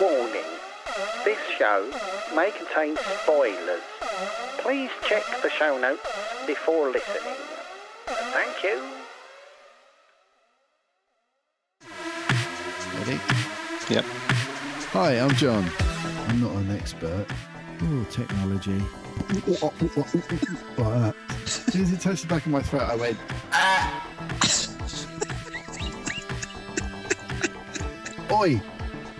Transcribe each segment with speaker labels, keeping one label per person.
Speaker 1: Warning This show may contain spoilers. Please check the show notes before listening. Thank you.
Speaker 2: Ready?
Speaker 3: Yep.
Speaker 2: Hi, I'm John. I'm not an expert. Oh, technology. Like that. As soon as it touched the back of my throat, I went, ah! Oi!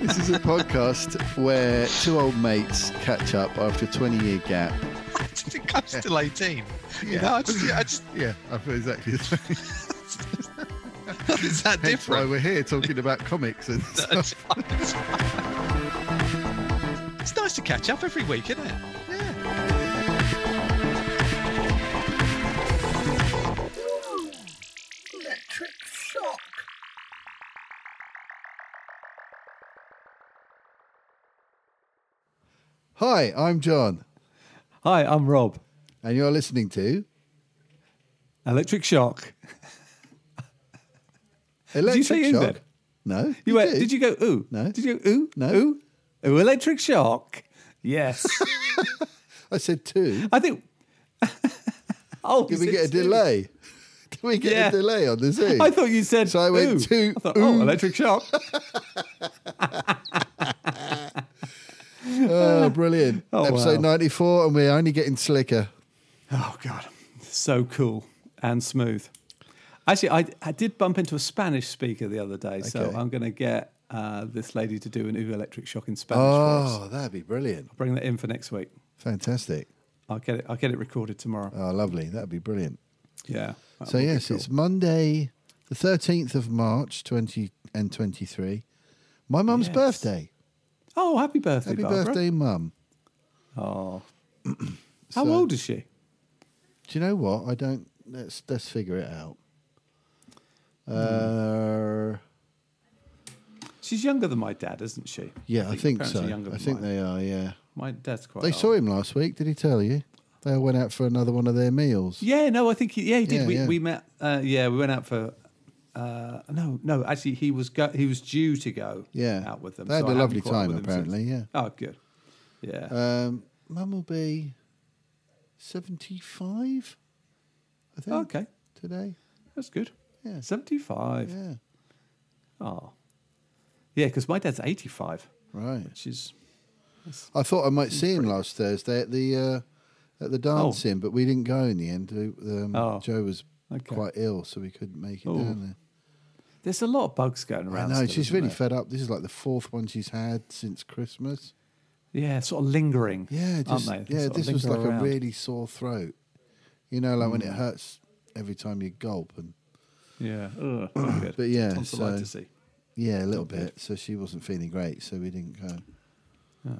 Speaker 2: This is a podcast where two old mates catch up after a 20 year gap.
Speaker 3: I think I'm still 18. You
Speaker 2: Yeah.
Speaker 3: know, I just, I just,
Speaker 2: Yeah, I feel exactly the same.
Speaker 3: it's that
Speaker 2: That's why
Speaker 3: different.
Speaker 2: we're here talking about comics and stuff.
Speaker 3: it's nice to catch up every week, isn't it?
Speaker 2: Yeah.
Speaker 1: Electric shock.
Speaker 2: Hi, I'm John.
Speaker 4: Hi, I'm Rob.
Speaker 2: And you're listening to.
Speaker 4: Electric shock.
Speaker 2: Electric
Speaker 4: you say in
Speaker 2: shock?
Speaker 4: there?
Speaker 2: No.
Speaker 4: You went, did you go ooh?
Speaker 2: No.
Speaker 4: Did you go ooh?
Speaker 2: No.
Speaker 4: Ooh? Ooh, electric shock. Yes.
Speaker 2: I said two.
Speaker 4: I think. oh,
Speaker 2: Did
Speaker 4: you
Speaker 2: we
Speaker 4: said
Speaker 2: get a
Speaker 4: two.
Speaker 2: delay? Did we get
Speaker 4: Yeah.
Speaker 2: a delay on the Zoom?
Speaker 4: I thought you said.
Speaker 2: So I went
Speaker 4: ooh.
Speaker 2: two,
Speaker 4: I thought,
Speaker 2: ooh.
Speaker 4: oh, electric shock.
Speaker 2: oh, brilliant.
Speaker 4: Oh,
Speaker 2: Episode
Speaker 4: wow.
Speaker 2: 94, and we're only getting slicker.
Speaker 4: oh God, so cool and smooth. Actually, I, I did bump into a Spanish speaker the other day, so
Speaker 2: Okay.
Speaker 4: I'm going to get uh, this lady to do an ooh electric shock in Spanish for us.
Speaker 2: Oh, that'd be brilliant.
Speaker 4: Bring that in for next week.
Speaker 2: Fantastic.
Speaker 4: I'll get it. I'll get it recorded tomorrow.
Speaker 2: Oh, lovely. That'd be brilliant.
Speaker 4: yeah. that
Speaker 2: so,
Speaker 4: would be
Speaker 2: yes,
Speaker 4: cool.
Speaker 2: it's Monday, the 13th of March, 20 and 23. My mum's
Speaker 4: Yes.
Speaker 2: birthday.
Speaker 4: Oh, happy birthday,
Speaker 2: Happy
Speaker 4: Barbara.
Speaker 2: birthday, mum.
Speaker 4: Oh. How
Speaker 2: So-
Speaker 4: old is she?
Speaker 2: Do you know what? I don't. Let's let's figure it out.
Speaker 4: Hmm.
Speaker 2: Uh,
Speaker 4: She's younger than my dad, isn't she?
Speaker 2: yeah, I think,
Speaker 4: parents are
Speaker 2: so.
Speaker 4: younger
Speaker 2: I
Speaker 4: than
Speaker 2: think
Speaker 4: mine.
Speaker 2: they are. Yeah.
Speaker 4: My dad's quite.
Speaker 2: They
Speaker 4: old.
Speaker 2: saw him last week. Did he tell you? They all went out for another one of their meals.
Speaker 4: Yeah, no, I think he. Yeah, he did.
Speaker 2: Yeah,
Speaker 4: we
Speaker 2: yeah.
Speaker 4: we met. Uh, yeah, we went out for. Uh, no, no. Actually, he was go- he was due to go.
Speaker 2: Yeah.
Speaker 4: out with them.
Speaker 2: They had a
Speaker 4: so I haven't
Speaker 2: lovely
Speaker 4: caught up
Speaker 2: time,
Speaker 4: with them since.
Speaker 2: apparently. Yeah.
Speaker 4: Oh, good. Yeah.
Speaker 2: Um, Mum will be seventy-five. I think.
Speaker 4: okay,
Speaker 2: Today.
Speaker 4: that's good.
Speaker 2: Yeah.
Speaker 4: Seventy-five.
Speaker 2: Yeah.
Speaker 4: Oh, yeah. Because my dad's eighty-five,
Speaker 2: Right.
Speaker 4: which is
Speaker 2: I thought I might see him last Thursday at the uh, at the dancing, but we didn't go in the end. We- Um,
Speaker 4: Oh.
Speaker 2: Joe was
Speaker 4: Okay.
Speaker 2: quite ill, so we couldn't make it
Speaker 4: Oh,
Speaker 2: down there.
Speaker 4: there's a lot of bugs going
Speaker 2: I
Speaker 4: around.
Speaker 2: know
Speaker 4: still,
Speaker 2: she's
Speaker 4: isn't
Speaker 2: really
Speaker 4: there?
Speaker 2: fed up. This is like the fourth one she's had since Christmas.
Speaker 4: yeah, sort of lingering.
Speaker 2: Yeah, just
Speaker 4: aren't they? They
Speaker 2: yeah.
Speaker 4: sort of
Speaker 2: This was
Speaker 4: linger
Speaker 2: like
Speaker 4: around. Hmm.
Speaker 2: a really sore throat. You know, like when it hurts every time you gulp, and
Speaker 4: Yeah. Ugh, not good.
Speaker 2: But yeah,
Speaker 4: Tonsillitis.
Speaker 2: yeah, a little
Speaker 4: Not good.
Speaker 2: bit. So she wasn't feeling great, so we didn't go.
Speaker 4: Oh.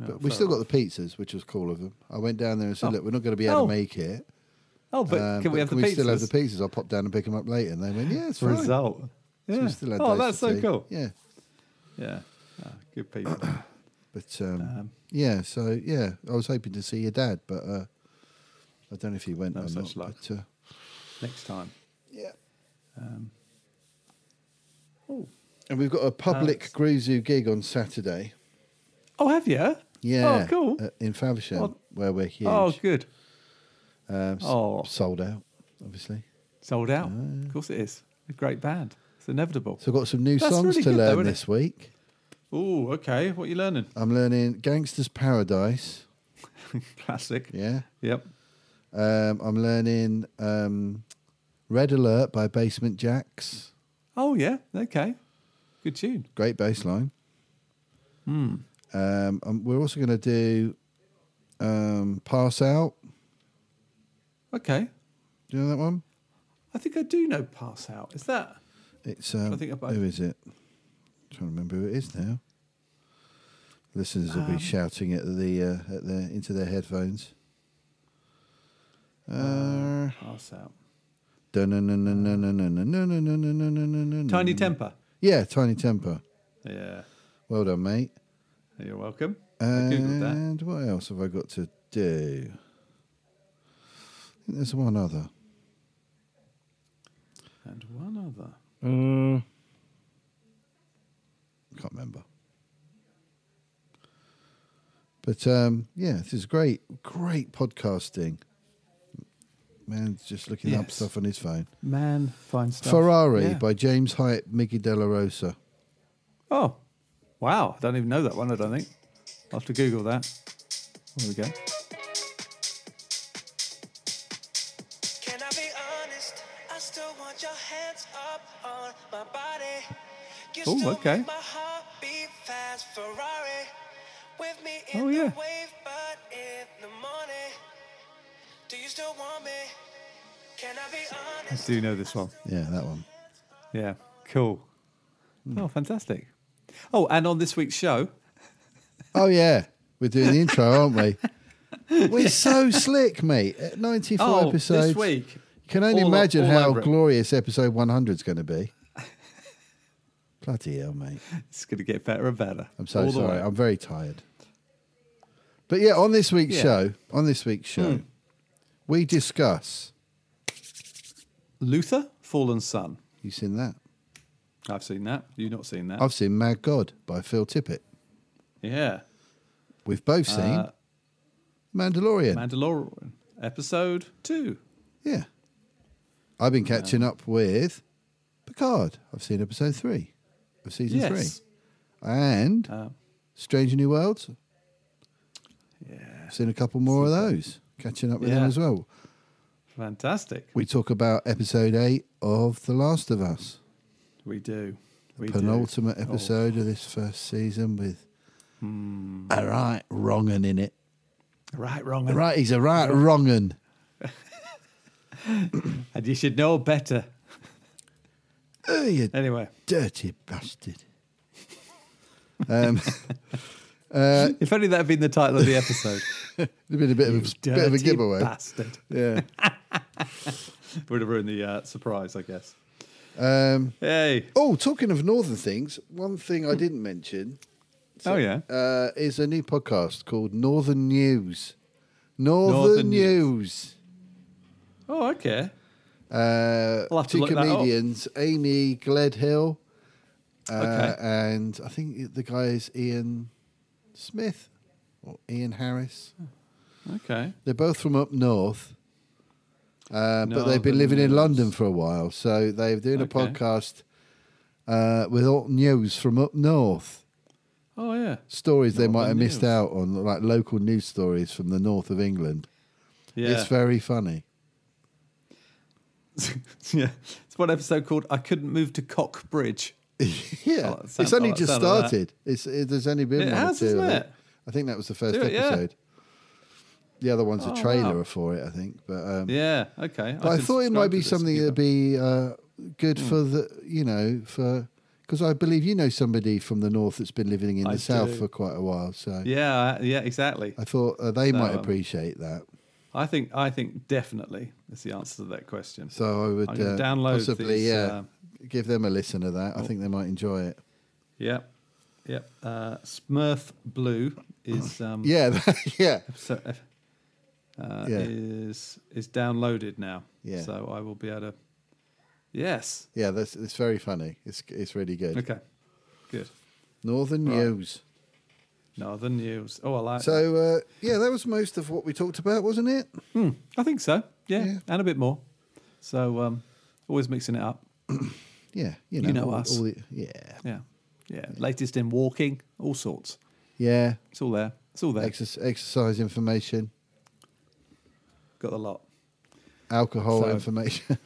Speaker 2: But
Speaker 4: Oh,
Speaker 2: we
Speaker 4: fair
Speaker 2: still
Speaker 4: enough.
Speaker 2: got the pizzas, which was cool of them. I went down there and said,
Speaker 4: Oh.
Speaker 2: "Look, we're not going to be able
Speaker 4: Oh.
Speaker 2: to make it.
Speaker 4: Oh, but
Speaker 2: um,
Speaker 4: can we have
Speaker 2: can
Speaker 4: the
Speaker 2: we
Speaker 4: pizzas?
Speaker 2: still have the pizzas? I'll pop down and pick them up later." And they went, "Yeah, it's fine."
Speaker 4: result?
Speaker 2: So we
Speaker 4: Yeah.
Speaker 2: still had
Speaker 4: oh,
Speaker 2: those
Speaker 4: that's
Speaker 2: for
Speaker 4: so
Speaker 2: tea.
Speaker 4: cool.
Speaker 2: Yeah,
Speaker 4: Yeah. Ah, good people.
Speaker 2: but um,
Speaker 4: Um,
Speaker 2: yeah, so yeah, I was hoping to see your dad, but uh, I don't know if he went
Speaker 4: No
Speaker 2: or
Speaker 4: such
Speaker 2: not.
Speaker 4: luck.
Speaker 2: But, uh,
Speaker 4: Next time.
Speaker 2: yeah.
Speaker 4: Um, Oh.
Speaker 2: And we've got a public
Speaker 4: it's-
Speaker 2: Gruzu gig on Saturday.
Speaker 4: Oh, have you?
Speaker 2: Yeah.
Speaker 4: Oh, cool.
Speaker 2: uh, in Faversham,
Speaker 4: Oh.
Speaker 2: where we're huge.
Speaker 4: oh, good.
Speaker 2: Um, s-
Speaker 4: oh.
Speaker 2: Sold out, obviously.
Speaker 4: Sold out. Of course it is. A great band. It's inevitable.
Speaker 2: So I've got some new
Speaker 4: That's
Speaker 2: songs
Speaker 4: really
Speaker 2: to
Speaker 4: good though,
Speaker 2: learn
Speaker 4: isn't it?
Speaker 2: this week.
Speaker 4: oh, okay. What are you learning?
Speaker 2: I'm learning Gangster's Paradise.
Speaker 4: Classic.
Speaker 2: Yeah.
Speaker 4: Yep.
Speaker 2: Um, I'm learning um, Red Alert by Basement Jacks.
Speaker 4: Oh, yeah. Okay. Good tune.
Speaker 2: Great bass line. Um, and we're also going to do um, Pass Out.
Speaker 4: Okay.
Speaker 2: Do you know that one?
Speaker 4: I think I do know Pass Out. Is that?
Speaker 2: It's um,
Speaker 4: think about-
Speaker 2: who is it? trying to remember who it is now. Listeners will be shouting at the uh, at their into their headphones. Uh,
Speaker 4: Pass out.
Speaker 2: Tiny
Speaker 4: Tiny temper.
Speaker 2: Yeah, tiny temper.
Speaker 4: Yeah.
Speaker 2: Well done, mate.
Speaker 4: You're welcome. I googled that.
Speaker 2: And what else have I got to do? I think there's one other.
Speaker 4: And one other.
Speaker 5: Mm,
Speaker 2: Can't remember. But um, yeah, this is great, great podcasting. Man's just looking up
Speaker 4: Yes.
Speaker 2: stuff on his phone.
Speaker 4: Man finds stuff.
Speaker 2: Ferrari
Speaker 4: Yeah.
Speaker 2: by James Hyatt, Miggy Della Rosa.
Speaker 4: Oh, wow. I don't even know that one, I don't think. I'll have to Google that. There we go.
Speaker 6: Can I be honest? I still want your hands up on my body. You
Speaker 4: Ooh,
Speaker 6: still
Speaker 4: okay.
Speaker 6: make my heart beat fast, Ferrari. With me in
Speaker 4: Oh, yeah.
Speaker 6: the wave, but in the morning. Do you still want me? Can I be
Speaker 4: I
Speaker 6: honest?
Speaker 4: do know this one.
Speaker 2: Yeah, that one.
Speaker 4: Yeah, cool.
Speaker 2: Hmm.
Speaker 4: Oh, fantastic. Oh, and on this week's show,
Speaker 2: Oh yeah, we're doing the intro, aren't we? We're so slick, mate. At 94
Speaker 4: oh,
Speaker 2: episodes.
Speaker 4: this week.
Speaker 2: Can only
Speaker 4: All o-
Speaker 2: imagine
Speaker 4: all
Speaker 2: how
Speaker 4: over it.
Speaker 2: glorious episode 100 is going to be. Bloody hell, mate.
Speaker 4: It's going to get better and better.
Speaker 2: I'm so
Speaker 4: All the
Speaker 2: sorry.
Speaker 4: way.
Speaker 2: I'm very tired. But yeah, on this week's
Speaker 4: Yeah. Hmm.
Speaker 2: show, on this week's show, we discuss.
Speaker 4: Luther, Fallen Sun.
Speaker 2: You seen that?
Speaker 4: I've seen that. You've not seen that.
Speaker 2: I've seen Mad God by Phil Tippett.
Speaker 4: yeah.
Speaker 2: We've both seen
Speaker 4: Uh,
Speaker 2: Mandalorian.
Speaker 4: Mandalorian, episode two.
Speaker 2: yeah. I've been catching up with Picard. I've seen episode three of season
Speaker 4: yes. Uh,
Speaker 2: three. And Stranger New Worlds.
Speaker 4: Yeah.
Speaker 2: Seen a couple more of those. Catching up with them
Speaker 4: Yeah.
Speaker 2: as well.
Speaker 4: Fantastic.
Speaker 2: We talk about episode eight of The Last of Us.
Speaker 4: We do. We
Speaker 2: penultimate
Speaker 4: do. Oh,
Speaker 2: episode of this first season with
Speaker 4: Hmm.
Speaker 2: a right wrong'un in it.
Speaker 4: right, wrong.
Speaker 2: A
Speaker 4: and-
Speaker 2: right, he's a right wrong'un.
Speaker 4: And you should know better.
Speaker 2: Oh, you
Speaker 4: Anyway.
Speaker 2: dirty bastard. Um, uh,
Speaker 4: If only that had been the title of the episode.
Speaker 2: it'd been a bit of a,
Speaker 4: Dirty
Speaker 2: bit of a giveaway.
Speaker 4: bastard.
Speaker 2: Yeah.
Speaker 4: Would have ruined the uh, surprise, I guess.
Speaker 2: Um,
Speaker 4: Hey.
Speaker 2: oh, talking of northern things, one thing I didn't mention
Speaker 4: oh, yeah.
Speaker 2: uh, is a new podcast called Northern News. Northern,
Speaker 4: Northern News.
Speaker 2: News.
Speaker 4: Oh, okay.
Speaker 2: Uh,
Speaker 4: I'll have to
Speaker 2: two
Speaker 4: look that up.
Speaker 2: comedians, Amy Gledhill, uh,
Speaker 4: Okay.
Speaker 2: and I think the guy is Ian Smith or Ian Harris.
Speaker 4: Okay.
Speaker 2: They're both from up north, uh, but they've been
Speaker 4: Northern
Speaker 2: living in
Speaker 4: news.
Speaker 2: London for a while. So they're doing
Speaker 4: Okay.
Speaker 2: a podcast uh, with all news from up north.
Speaker 4: Oh, yeah.
Speaker 2: Stories they might have
Speaker 4: Northern
Speaker 2: missed
Speaker 4: news.
Speaker 2: out on, like local news stories from the north of England.
Speaker 4: Yeah.
Speaker 2: It's very funny.
Speaker 4: yeah. It's one episode called I Couldn't Move to Cock Bridge.
Speaker 2: Yeah,
Speaker 4: Oh, that sound-
Speaker 2: it's only
Speaker 4: oh, that
Speaker 2: just
Speaker 4: sound of that.
Speaker 2: started. It's it, there's only been
Speaker 4: It
Speaker 2: one
Speaker 4: has,
Speaker 2: or two.
Speaker 4: hasn't
Speaker 2: I think.
Speaker 4: it?
Speaker 2: I think that was the first
Speaker 4: Do it, yeah.
Speaker 2: episode. The other one's a
Speaker 4: Oh,
Speaker 2: trailer
Speaker 4: wow.
Speaker 2: for it, I think. But um,
Speaker 4: Yeah. Okay.
Speaker 2: but I,
Speaker 4: can
Speaker 2: thought it
Speaker 4: subscribe
Speaker 2: might
Speaker 4: to
Speaker 2: be
Speaker 4: this Hmm.
Speaker 2: something
Speaker 4: new
Speaker 2: that'd
Speaker 4: one.
Speaker 2: be uh, good for the you know for because I believe you know somebody from the north that's been living in the
Speaker 4: I
Speaker 2: south
Speaker 4: do.
Speaker 2: for quite a while. So
Speaker 4: Yeah. Yeah. Exactly.
Speaker 2: I thought uh, they might
Speaker 4: um,
Speaker 2: appreciate that.
Speaker 4: I think. I think definitely is the answer to that question.
Speaker 2: So I would
Speaker 4: I'm gonna
Speaker 2: uh,
Speaker 4: download
Speaker 2: possibly
Speaker 4: these,
Speaker 2: yeah
Speaker 4: uh, oh.
Speaker 2: give them a listen to that. I think they might enjoy it.
Speaker 4: Yep. Yep. Uh, Smurf Blue is. Um,
Speaker 2: Yeah, yeah.
Speaker 4: So, uh,
Speaker 2: Yeah.
Speaker 4: is is downloaded now.
Speaker 2: Yeah.
Speaker 4: So I will be able to. Yes.
Speaker 2: Yeah, that's it's very funny. It's it's really good.
Speaker 4: Okay. Good.
Speaker 2: Northern
Speaker 4: Right.
Speaker 2: News.
Speaker 4: No other news. Oh, I like. that.
Speaker 2: So uh, yeah, that was most of what we talked about, wasn't it?
Speaker 4: I think so. Yeah.
Speaker 2: Yeah.
Speaker 4: And a bit more. So um, always mixing it up.
Speaker 2: Yeah, you know,
Speaker 4: You know
Speaker 2: all-
Speaker 4: us.
Speaker 2: all the- yeah,
Speaker 4: Yeah. Yeah. Latest in walking, all sorts.
Speaker 2: yeah.
Speaker 4: It's all there. It's all there.
Speaker 2: Exer- exercise information,
Speaker 4: Got the lot.
Speaker 2: alcohol
Speaker 4: So-
Speaker 2: information.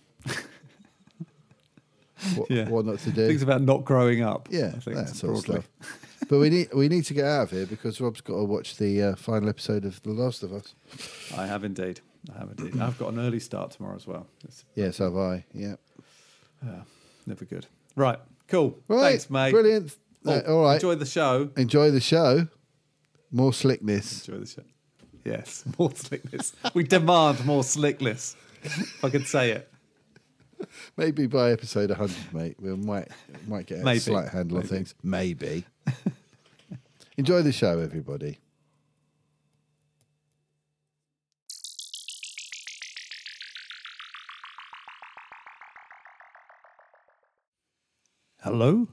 Speaker 2: what,
Speaker 4: Yeah.
Speaker 2: what not to
Speaker 4: Things
Speaker 2: do?
Speaker 4: about not growing up.
Speaker 2: Yeah,
Speaker 4: I think
Speaker 2: that
Speaker 4: that's
Speaker 2: sort of
Speaker 4: broadly.
Speaker 2: stuff. but we need we need to get out of here because Rob's got to watch the uh, final episode of The Last of Us.
Speaker 4: I have indeed. I have indeed. I've got an early start tomorrow as well. It's
Speaker 2: Yes, have I? Yeah.
Speaker 4: never good. Right. Cool.
Speaker 2: Right.
Speaker 4: Thanks, mate.
Speaker 2: Brilliant.
Speaker 4: Oh,
Speaker 2: Uh, all right.
Speaker 4: Enjoy the show.
Speaker 2: enjoy the show. More slickness.
Speaker 4: Enjoy the show. Yes, more slickness. we demand more slickness. If I could say it.
Speaker 2: Maybe by episode 100, mate, we might might get a
Speaker 4: Maybe.
Speaker 2: slight handle on things. Maybe. Enjoy the show, everybody.
Speaker 4: Hello?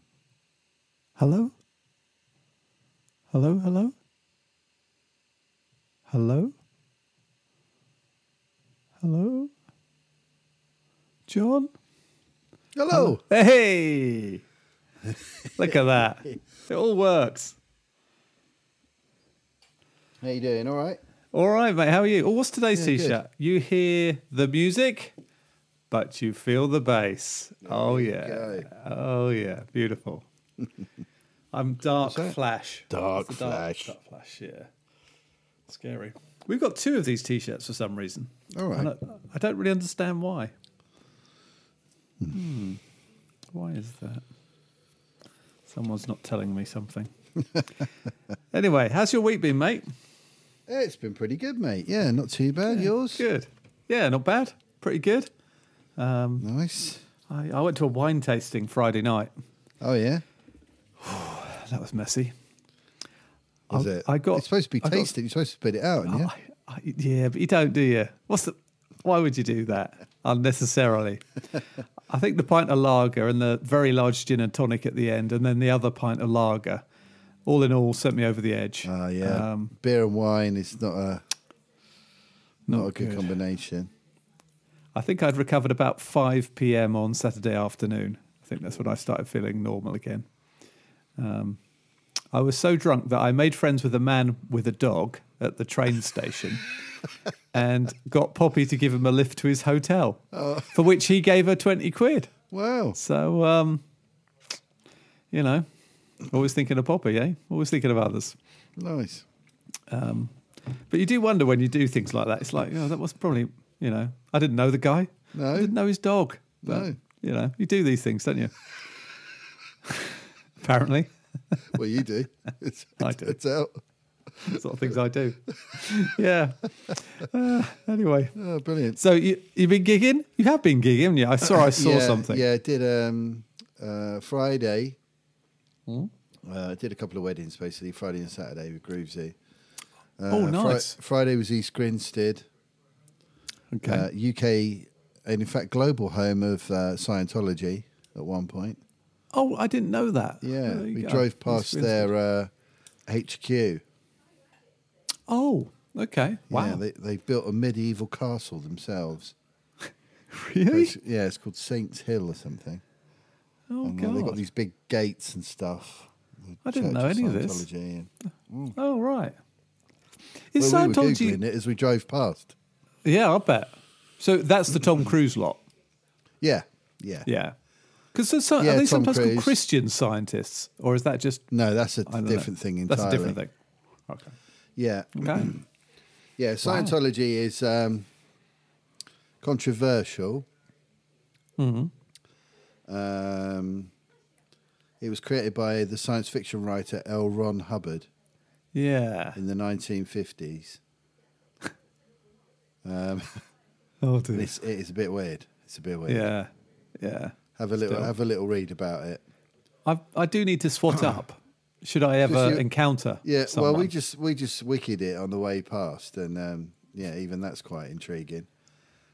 Speaker 4: Hello? Hello, hello? Hello? Hello? John?
Speaker 2: Hello.
Speaker 4: Hey! Look at that. It all works.
Speaker 2: How you doing? All right.
Speaker 4: All right, mate. How are you? Oh, what's today's
Speaker 2: Yeah, good.
Speaker 4: t-shirt? You hear the music, but you feel the bass. oh yeah.
Speaker 2: go.
Speaker 4: Oh yeah. Beautiful. I'm dark
Speaker 2: that?
Speaker 4: flash.
Speaker 2: Dark
Speaker 4: It's the
Speaker 2: Flash.
Speaker 4: Dark flash. Yeah. Scary. We've got two of these t-shirts for some reason.
Speaker 2: All right.
Speaker 4: And I, I don't really understand why. Hmm. Why is that? Someone's not telling me something. anyway, how's your week been, mate?
Speaker 2: Yeah, It's been pretty good, mate. Yeah, not too bad. Yours?
Speaker 4: Good. Yeah, not bad. Pretty good.
Speaker 2: Nice.
Speaker 4: I, I went to a wine tasting Friday night.
Speaker 2: Oh yeah.
Speaker 4: That was messy.
Speaker 2: Was
Speaker 4: I-
Speaker 2: it?
Speaker 4: I got-
Speaker 2: It's supposed to be
Speaker 4: I got-
Speaker 2: tasted. You're supposed to spit it out, yeah.
Speaker 4: I, I, yeah, but you don't, do you? What's the? Why would you do that unnecessarily? I think the pint of lager and the very large gin and tonic at the end, and then the other pint of lager, all in all, sent me over the edge.
Speaker 2: Oh yeah.
Speaker 4: Um,
Speaker 2: Beer and wine is not a not,
Speaker 4: Not
Speaker 2: a good,
Speaker 4: good.
Speaker 2: combination.
Speaker 4: I think I'd recovered about 5 p.m. on Saturday afternoon. I think that's when I started feeling normal again. Um, I was so drunk that I made friends with a man with a dog at the train station and got Poppy to give him a lift to his hotel, for which he gave her 20 quid.
Speaker 2: Wow.
Speaker 4: So, um, you know, always thinking of Poppy, eh? Always thinking of others.
Speaker 2: Nice.
Speaker 4: But you do wonder when you do things like that. It's like, oh, that was probably, you know, I didn't know the guy.
Speaker 2: No.
Speaker 4: I didn't know his dog. But,
Speaker 2: No.
Speaker 4: You know, you do these things, don't you? Apparently.
Speaker 2: Well, you do. It's,
Speaker 4: I do.
Speaker 2: It's out.
Speaker 4: sort of things I do. yeah. Uh, anyway.
Speaker 2: Oh, brilliant.
Speaker 4: So you, you've been gigging? You have been gigging, haven't you? I saw I saw
Speaker 2: yeah,
Speaker 4: something.
Speaker 2: Yeah, I did um, uh, Friday.
Speaker 4: Hmm?
Speaker 2: Uh, I did a couple of weddings basically Friday and Saturday with Groovesy. Uh,
Speaker 4: Oh,
Speaker 2: Fri-
Speaker 4: nice.
Speaker 2: Friday was East Grinstead,
Speaker 4: Okay.
Speaker 2: uh, UK, and in fact, global home of uh, Scientology at one point.
Speaker 4: oh, I didn't know that.
Speaker 2: Yeah,
Speaker 4: There you
Speaker 2: we
Speaker 4: go.
Speaker 2: drove
Speaker 4: That's
Speaker 2: past their uh, HQ.
Speaker 4: Oh, okay. Wow.
Speaker 2: Yeah, they, they built a medieval castle themselves.
Speaker 4: really?
Speaker 2: It's- yeah, it's called Saints Hill or something.
Speaker 4: Oh,
Speaker 2: And, uh, they've got
Speaker 4: God.
Speaker 2: these big gates and stuff. The
Speaker 4: I didn't
Speaker 2: Church
Speaker 4: know any of this.
Speaker 2: Scientology And,
Speaker 4: Oh, right. Is
Speaker 2: well, we were
Speaker 4: Scientology.
Speaker 2: googling it as we drove past.
Speaker 4: Yeah, I bet. So that's the Tom Cruise lot.
Speaker 2: Yeah, yeah.
Speaker 4: Yeah. Because so,
Speaker 2: Yeah,
Speaker 4: are they
Speaker 2: Tom
Speaker 4: sometimes called
Speaker 2: Cruise.
Speaker 4: Christian scientists, or is that just
Speaker 2: No, that's a
Speaker 4: I don't know.
Speaker 2: different thing entirely.
Speaker 4: That's a different thing. Okay.
Speaker 2: Yeah,
Speaker 4: Okay.
Speaker 2: yeah. Scientology is um, controversial. Mm-hmm. Um, it was created by the science fiction writer L. Ron Hubbard
Speaker 4: yeah.
Speaker 2: in the 1950s. um,
Speaker 4: Oh
Speaker 2: and
Speaker 4: dear.
Speaker 2: it's, it is a bit weird. It's a bit weird.
Speaker 4: Yeah. Yeah.
Speaker 2: Have a little
Speaker 4: Still.
Speaker 2: have a little read about it.
Speaker 4: I I do need to swat up. Should I ever
Speaker 2: you-
Speaker 4: encounter?
Speaker 2: Yeah,
Speaker 4: Someone.
Speaker 2: well, we just we just wicked it on the way past, and um, yeah, even that's quite intriguing.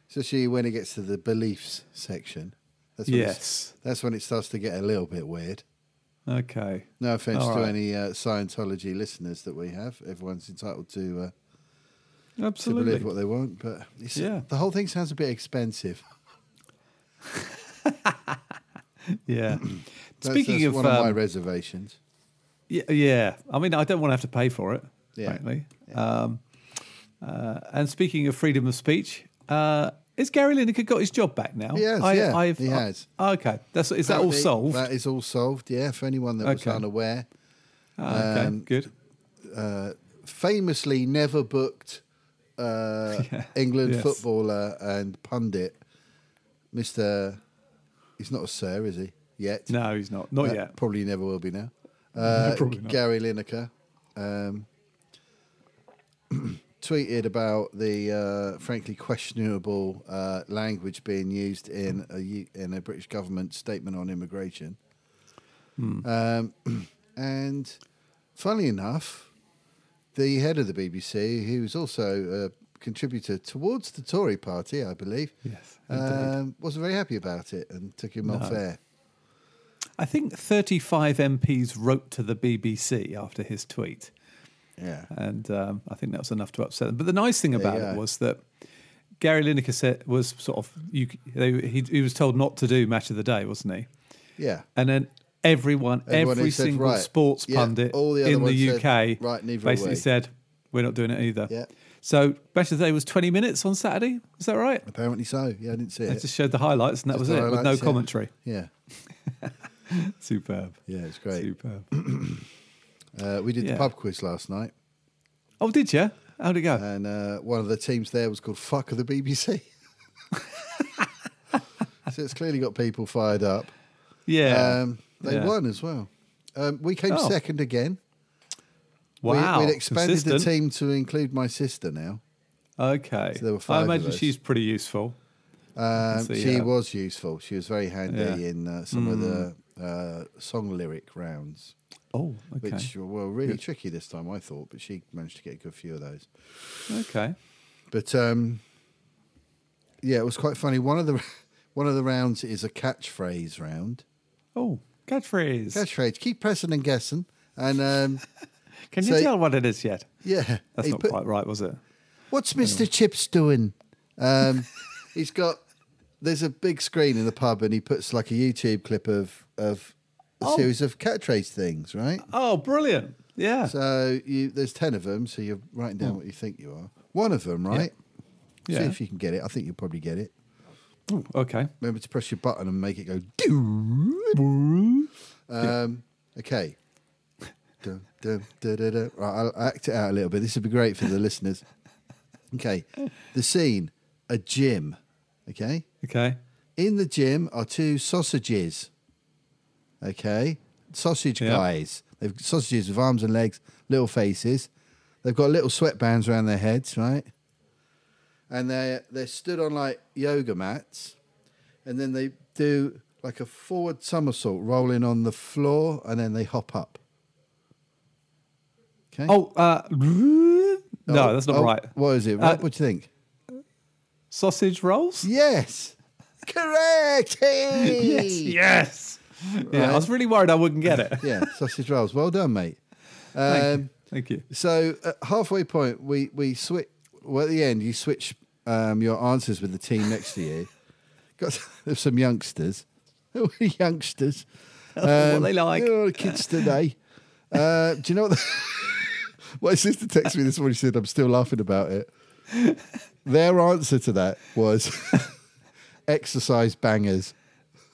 Speaker 2: Especially when it gets to the beliefs section. That's when it's-
Speaker 4: Yes.
Speaker 2: that's when it starts to get a little bit weird.
Speaker 4: Okay.
Speaker 2: No offense
Speaker 4: All
Speaker 2: to
Speaker 4: right.
Speaker 2: any uh, Scientology listeners that we have. Everyone's entitled to uh, to believe
Speaker 4: Absolutely.
Speaker 2: what they want, but it's,
Speaker 4: Yeah.
Speaker 2: the whole thing sounds a bit expensive.
Speaker 4: Yeah.
Speaker 2: That's,
Speaker 4: Speaking
Speaker 2: that's
Speaker 4: of,
Speaker 2: one of my
Speaker 4: um,
Speaker 2: reservations.
Speaker 4: Yeah, yeah. I mean, I don't want to have to pay for it,
Speaker 2: Yeah.
Speaker 4: frankly. Um, uh, and speaking of freedom of speech, uh, is Gary Lineker got his job back now? uh,
Speaker 2: He has, yeah, he has.
Speaker 4: okay, that's is that all
Speaker 2: Apparently,
Speaker 4: solved?
Speaker 2: That is all solved. Yeah, for anyone that was
Speaker 4: Okay.
Speaker 2: unaware,
Speaker 4: Ah, okay,
Speaker 2: um,
Speaker 4: good.
Speaker 2: famously never booked uh,
Speaker 4: Yeah,
Speaker 2: England
Speaker 4: yes.
Speaker 2: footballer and pundit, Mister. He's not a sir, is he? Yet?
Speaker 4: No, he's not. Not
Speaker 2: Uh,
Speaker 4: yet.
Speaker 2: Probably never will be now. Uh,
Speaker 4: Probably not.
Speaker 2: Gary Lineker. Um, tweeted about the uh, frankly questionable uh, language being used in a U- in a British government statement on immigration. Um, and funnily enough, the head of the BBC, who was also a contributor towards the Tory party, I believe,
Speaker 4: Yes, indeed.
Speaker 2: um, wasn't very happy about it and took him off air.
Speaker 4: I think 35 MPs wrote to the BBC after his tweet.
Speaker 2: Yeah.
Speaker 4: and um, I think that was enough to upset them. But the nice thing about
Speaker 2: yeah.
Speaker 4: it was that Gary Lineker said, was sort of you, they, he, he was told not to do match of the day, wasn't he?
Speaker 2: Yeah.
Speaker 4: And then everyone,
Speaker 2: Everyone who
Speaker 4: every
Speaker 2: said,
Speaker 4: single
Speaker 2: right,
Speaker 4: sports
Speaker 2: yeah,
Speaker 4: pundit
Speaker 2: all the other
Speaker 4: in
Speaker 2: ones
Speaker 4: the
Speaker 2: said,
Speaker 4: UK
Speaker 2: right, neither are
Speaker 4: basically
Speaker 2: we.
Speaker 4: said we're not doing it either.
Speaker 2: Yeah.
Speaker 4: So match of the day was twenty minutes on Saturday. Is that right?
Speaker 2: Apparently so. Yeah, I didn't see
Speaker 4: They
Speaker 2: it.
Speaker 4: just showed the highlights, and that
Speaker 2: Just
Speaker 4: was
Speaker 2: the
Speaker 4: it, with no
Speaker 2: highlights, yeah.
Speaker 4: commentary.
Speaker 2: Yeah.
Speaker 4: Superb.
Speaker 2: Yeah, it's great.
Speaker 4: Superb.
Speaker 2: Uh, we did the
Speaker 4: Yeah.
Speaker 2: pub quiz last night,
Speaker 4: Oh, did you? How'd it go?
Speaker 2: and uh, one of the teams there was called Fuck of the BBC. so it's clearly got people fired up.
Speaker 4: yeah.
Speaker 2: Um, they
Speaker 4: Yeah.
Speaker 2: won as well. Um, we came
Speaker 4: Oh.
Speaker 2: second again. We-
Speaker 4: wow.
Speaker 2: We'd expanded
Speaker 4: Consistent.
Speaker 2: the team to include my sister now.
Speaker 4: Okay.
Speaker 2: So there were five
Speaker 4: I
Speaker 2: of
Speaker 4: imagine
Speaker 2: us.
Speaker 4: she's pretty useful.
Speaker 2: Um,
Speaker 4: So,
Speaker 2: she
Speaker 4: yeah.
Speaker 2: was useful. She was very handy
Speaker 4: Yeah.
Speaker 2: in uh, some of the uh, song lyric rounds,
Speaker 4: Oh, okay.
Speaker 2: which were really tricky this time, I thought, but she managed to get a good few of those.
Speaker 4: okay.
Speaker 2: But um, yeah, it was quite funny. One of the one of the rounds is a catchphrase round.
Speaker 4: Oh, catchphrase.
Speaker 2: Catchphrase. Keep pressing and guessing, and um,
Speaker 4: Can you
Speaker 2: so-
Speaker 4: tell what it is yet?
Speaker 2: yeah,
Speaker 4: That's
Speaker 2: he
Speaker 4: not
Speaker 2: put-
Speaker 4: quite right, was it?
Speaker 2: What's Mr. Chips doing? Um, he's got. There's a big screen in the pub, and he puts like a YouTube clip of of a
Speaker 4: Oh.
Speaker 2: series of catchphrase things, right?
Speaker 4: Oh, brilliant. Yeah.
Speaker 2: So you, there's ten of them. So you're writing down what you think you are. One of them, right? See
Speaker 4: Oh. Yeah.
Speaker 2: if you can get it. I think you'll probably get it.
Speaker 4: Ooh, okay.
Speaker 2: Remember to press your button and make it go. Um, okay. Dun, dun, dun, dun, dun. Right, I'll act it out a little bit. This would be great for the listeners. Okay. The scene a gym. Okay.
Speaker 4: Okay.
Speaker 2: In the gym are two sausages. Okay. Sausage
Speaker 4: Yeah.
Speaker 2: guys. They've got sausages with arms and legs, little faces. They've got little sweatbands around their heads, right? And they they're stood on like yoga mats and then they do like a forward somersault rolling on the floor and then they hop up. Okay.
Speaker 4: Oh, uh, no, that's not
Speaker 2: oh,
Speaker 4: right.
Speaker 2: What is it?
Speaker 4: Uh,
Speaker 2: Rob? what do you think?
Speaker 4: Sausage rolls?
Speaker 2: Yes. Correct.
Speaker 4: Yes. Yes. Yeah,
Speaker 2: Right.
Speaker 4: I was really worried I wouldn't get it.
Speaker 2: yeah, sausage rolls. Well done, mate.
Speaker 4: Thank, you.
Speaker 2: Um,
Speaker 4: Thank you.
Speaker 2: so at halfway point, we we switch. Well, at the end, you switch um, your answers with the team next to you. Got there's some youngsters, youngsters.
Speaker 4: what
Speaker 2: Um,
Speaker 4: they like.
Speaker 2: you know, the kids today. Uh, do you know what? the- My sister texted me this morning. She said, "I'm still laughing about it." Their answer to that was exercise bangers.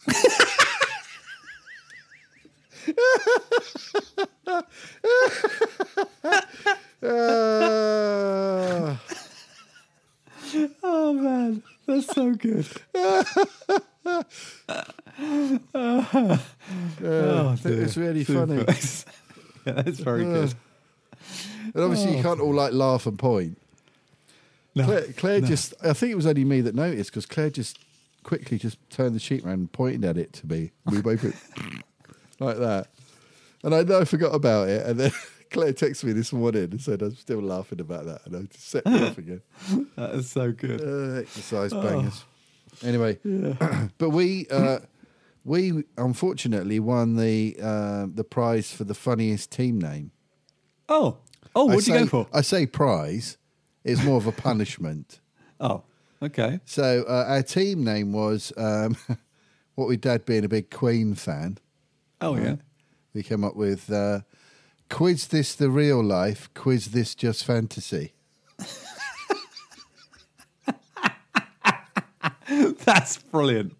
Speaker 2: Uh, Ah.
Speaker 4: Oh, man. That's so good. Oh,
Speaker 2: Uh, it was really funny. Uh,
Speaker 4: yeah, that's very good.
Speaker 2: And obviously,
Speaker 4: Oh.
Speaker 2: you can't all like laugh and point.
Speaker 4: No.
Speaker 2: Claire, Claire just, I think it was only me that noticed because Claire just quickly just turned the sheet around and pointed at it to me. We both went like that. And I know I forgot about it. And then Claire texted me this morning and said, I'm still laughing about that. And I just set me off again.
Speaker 4: That is so good.
Speaker 2: Uh, exercise
Speaker 4: Oh.
Speaker 2: bangers. Anyway, but we uh, we unfortunately won the uh, the prize for the funniest team name.
Speaker 4: Oh, oh,
Speaker 2: I
Speaker 4: what'd you
Speaker 2: say-
Speaker 4: go for?
Speaker 2: I say prize. It's more of a punishment.
Speaker 4: Oh, okay.
Speaker 2: so uh, our team name was um, what with Dad being a big Queen fan,
Speaker 4: Oh, yeah.
Speaker 2: we came up with uh, "Quiz this the real life? Quiz this just fantasy?"
Speaker 4: That's brilliant.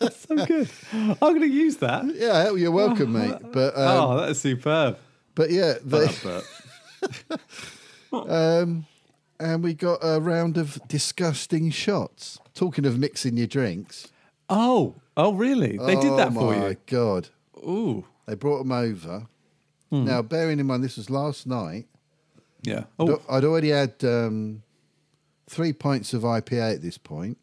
Speaker 4: That's so good. I'm going to use that.
Speaker 2: Yeah, you're welcome, mate. But um,
Speaker 4: oh, that is superb.
Speaker 2: but yeah, they,
Speaker 4: But-
Speaker 2: and we got a round of disgusting shots. Talking of mixing your drinks,
Speaker 4: oh, oh, really? They did that
Speaker 2: oh
Speaker 4: for
Speaker 2: my
Speaker 4: you.
Speaker 2: God,
Speaker 4: Ooh.
Speaker 2: they brought them over.
Speaker 4: Hmm.
Speaker 2: Now, bearing in mind this was last night,
Speaker 4: Yeah. Oh,
Speaker 2: I'd already had um, three pints of IPA at this point.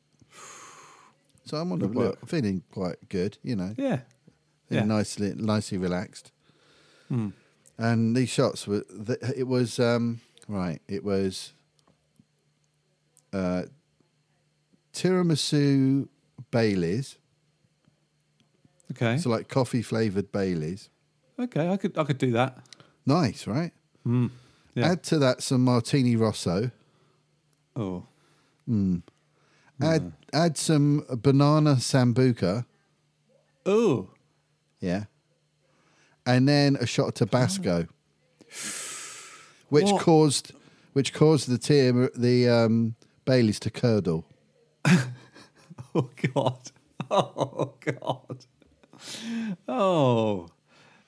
Speaker 2: So I'm on a
Speaker 4: Good work.
Speaker 2: little- feeling quite good, you know,
Speaker 4: yeah.
Speaker 2: feeling
Speaker 4: yeah.
Speaker 2: nicely, nicely relaxed.
Speaker 4: Hmm.
Speaker 2: And these shots were, th- it was, um, right, it was uh, tiramisu Baileys,
Speaker 4: Okay.
Speaker 2: so like coffee flavored Baileys.
Speaker 4: okay. I could I could do that.
Speaker 2: Nice, right?
Speaker 4: Hmm. Yeah.
Speaker 2: Add to that some Martini Rosso.
Speaker 4: oh. Hmm.
Speaker 2: Add add some banana sambuca.
Speaker 4: Oh.
Speaker 2: Yeah. And then a shot of Tabasco, which
Speaker 4: What?
Speaker 2: caused which caused the tear the um, Baileys to curdle.
Speaker 4: Oh God. Oh God. Oh.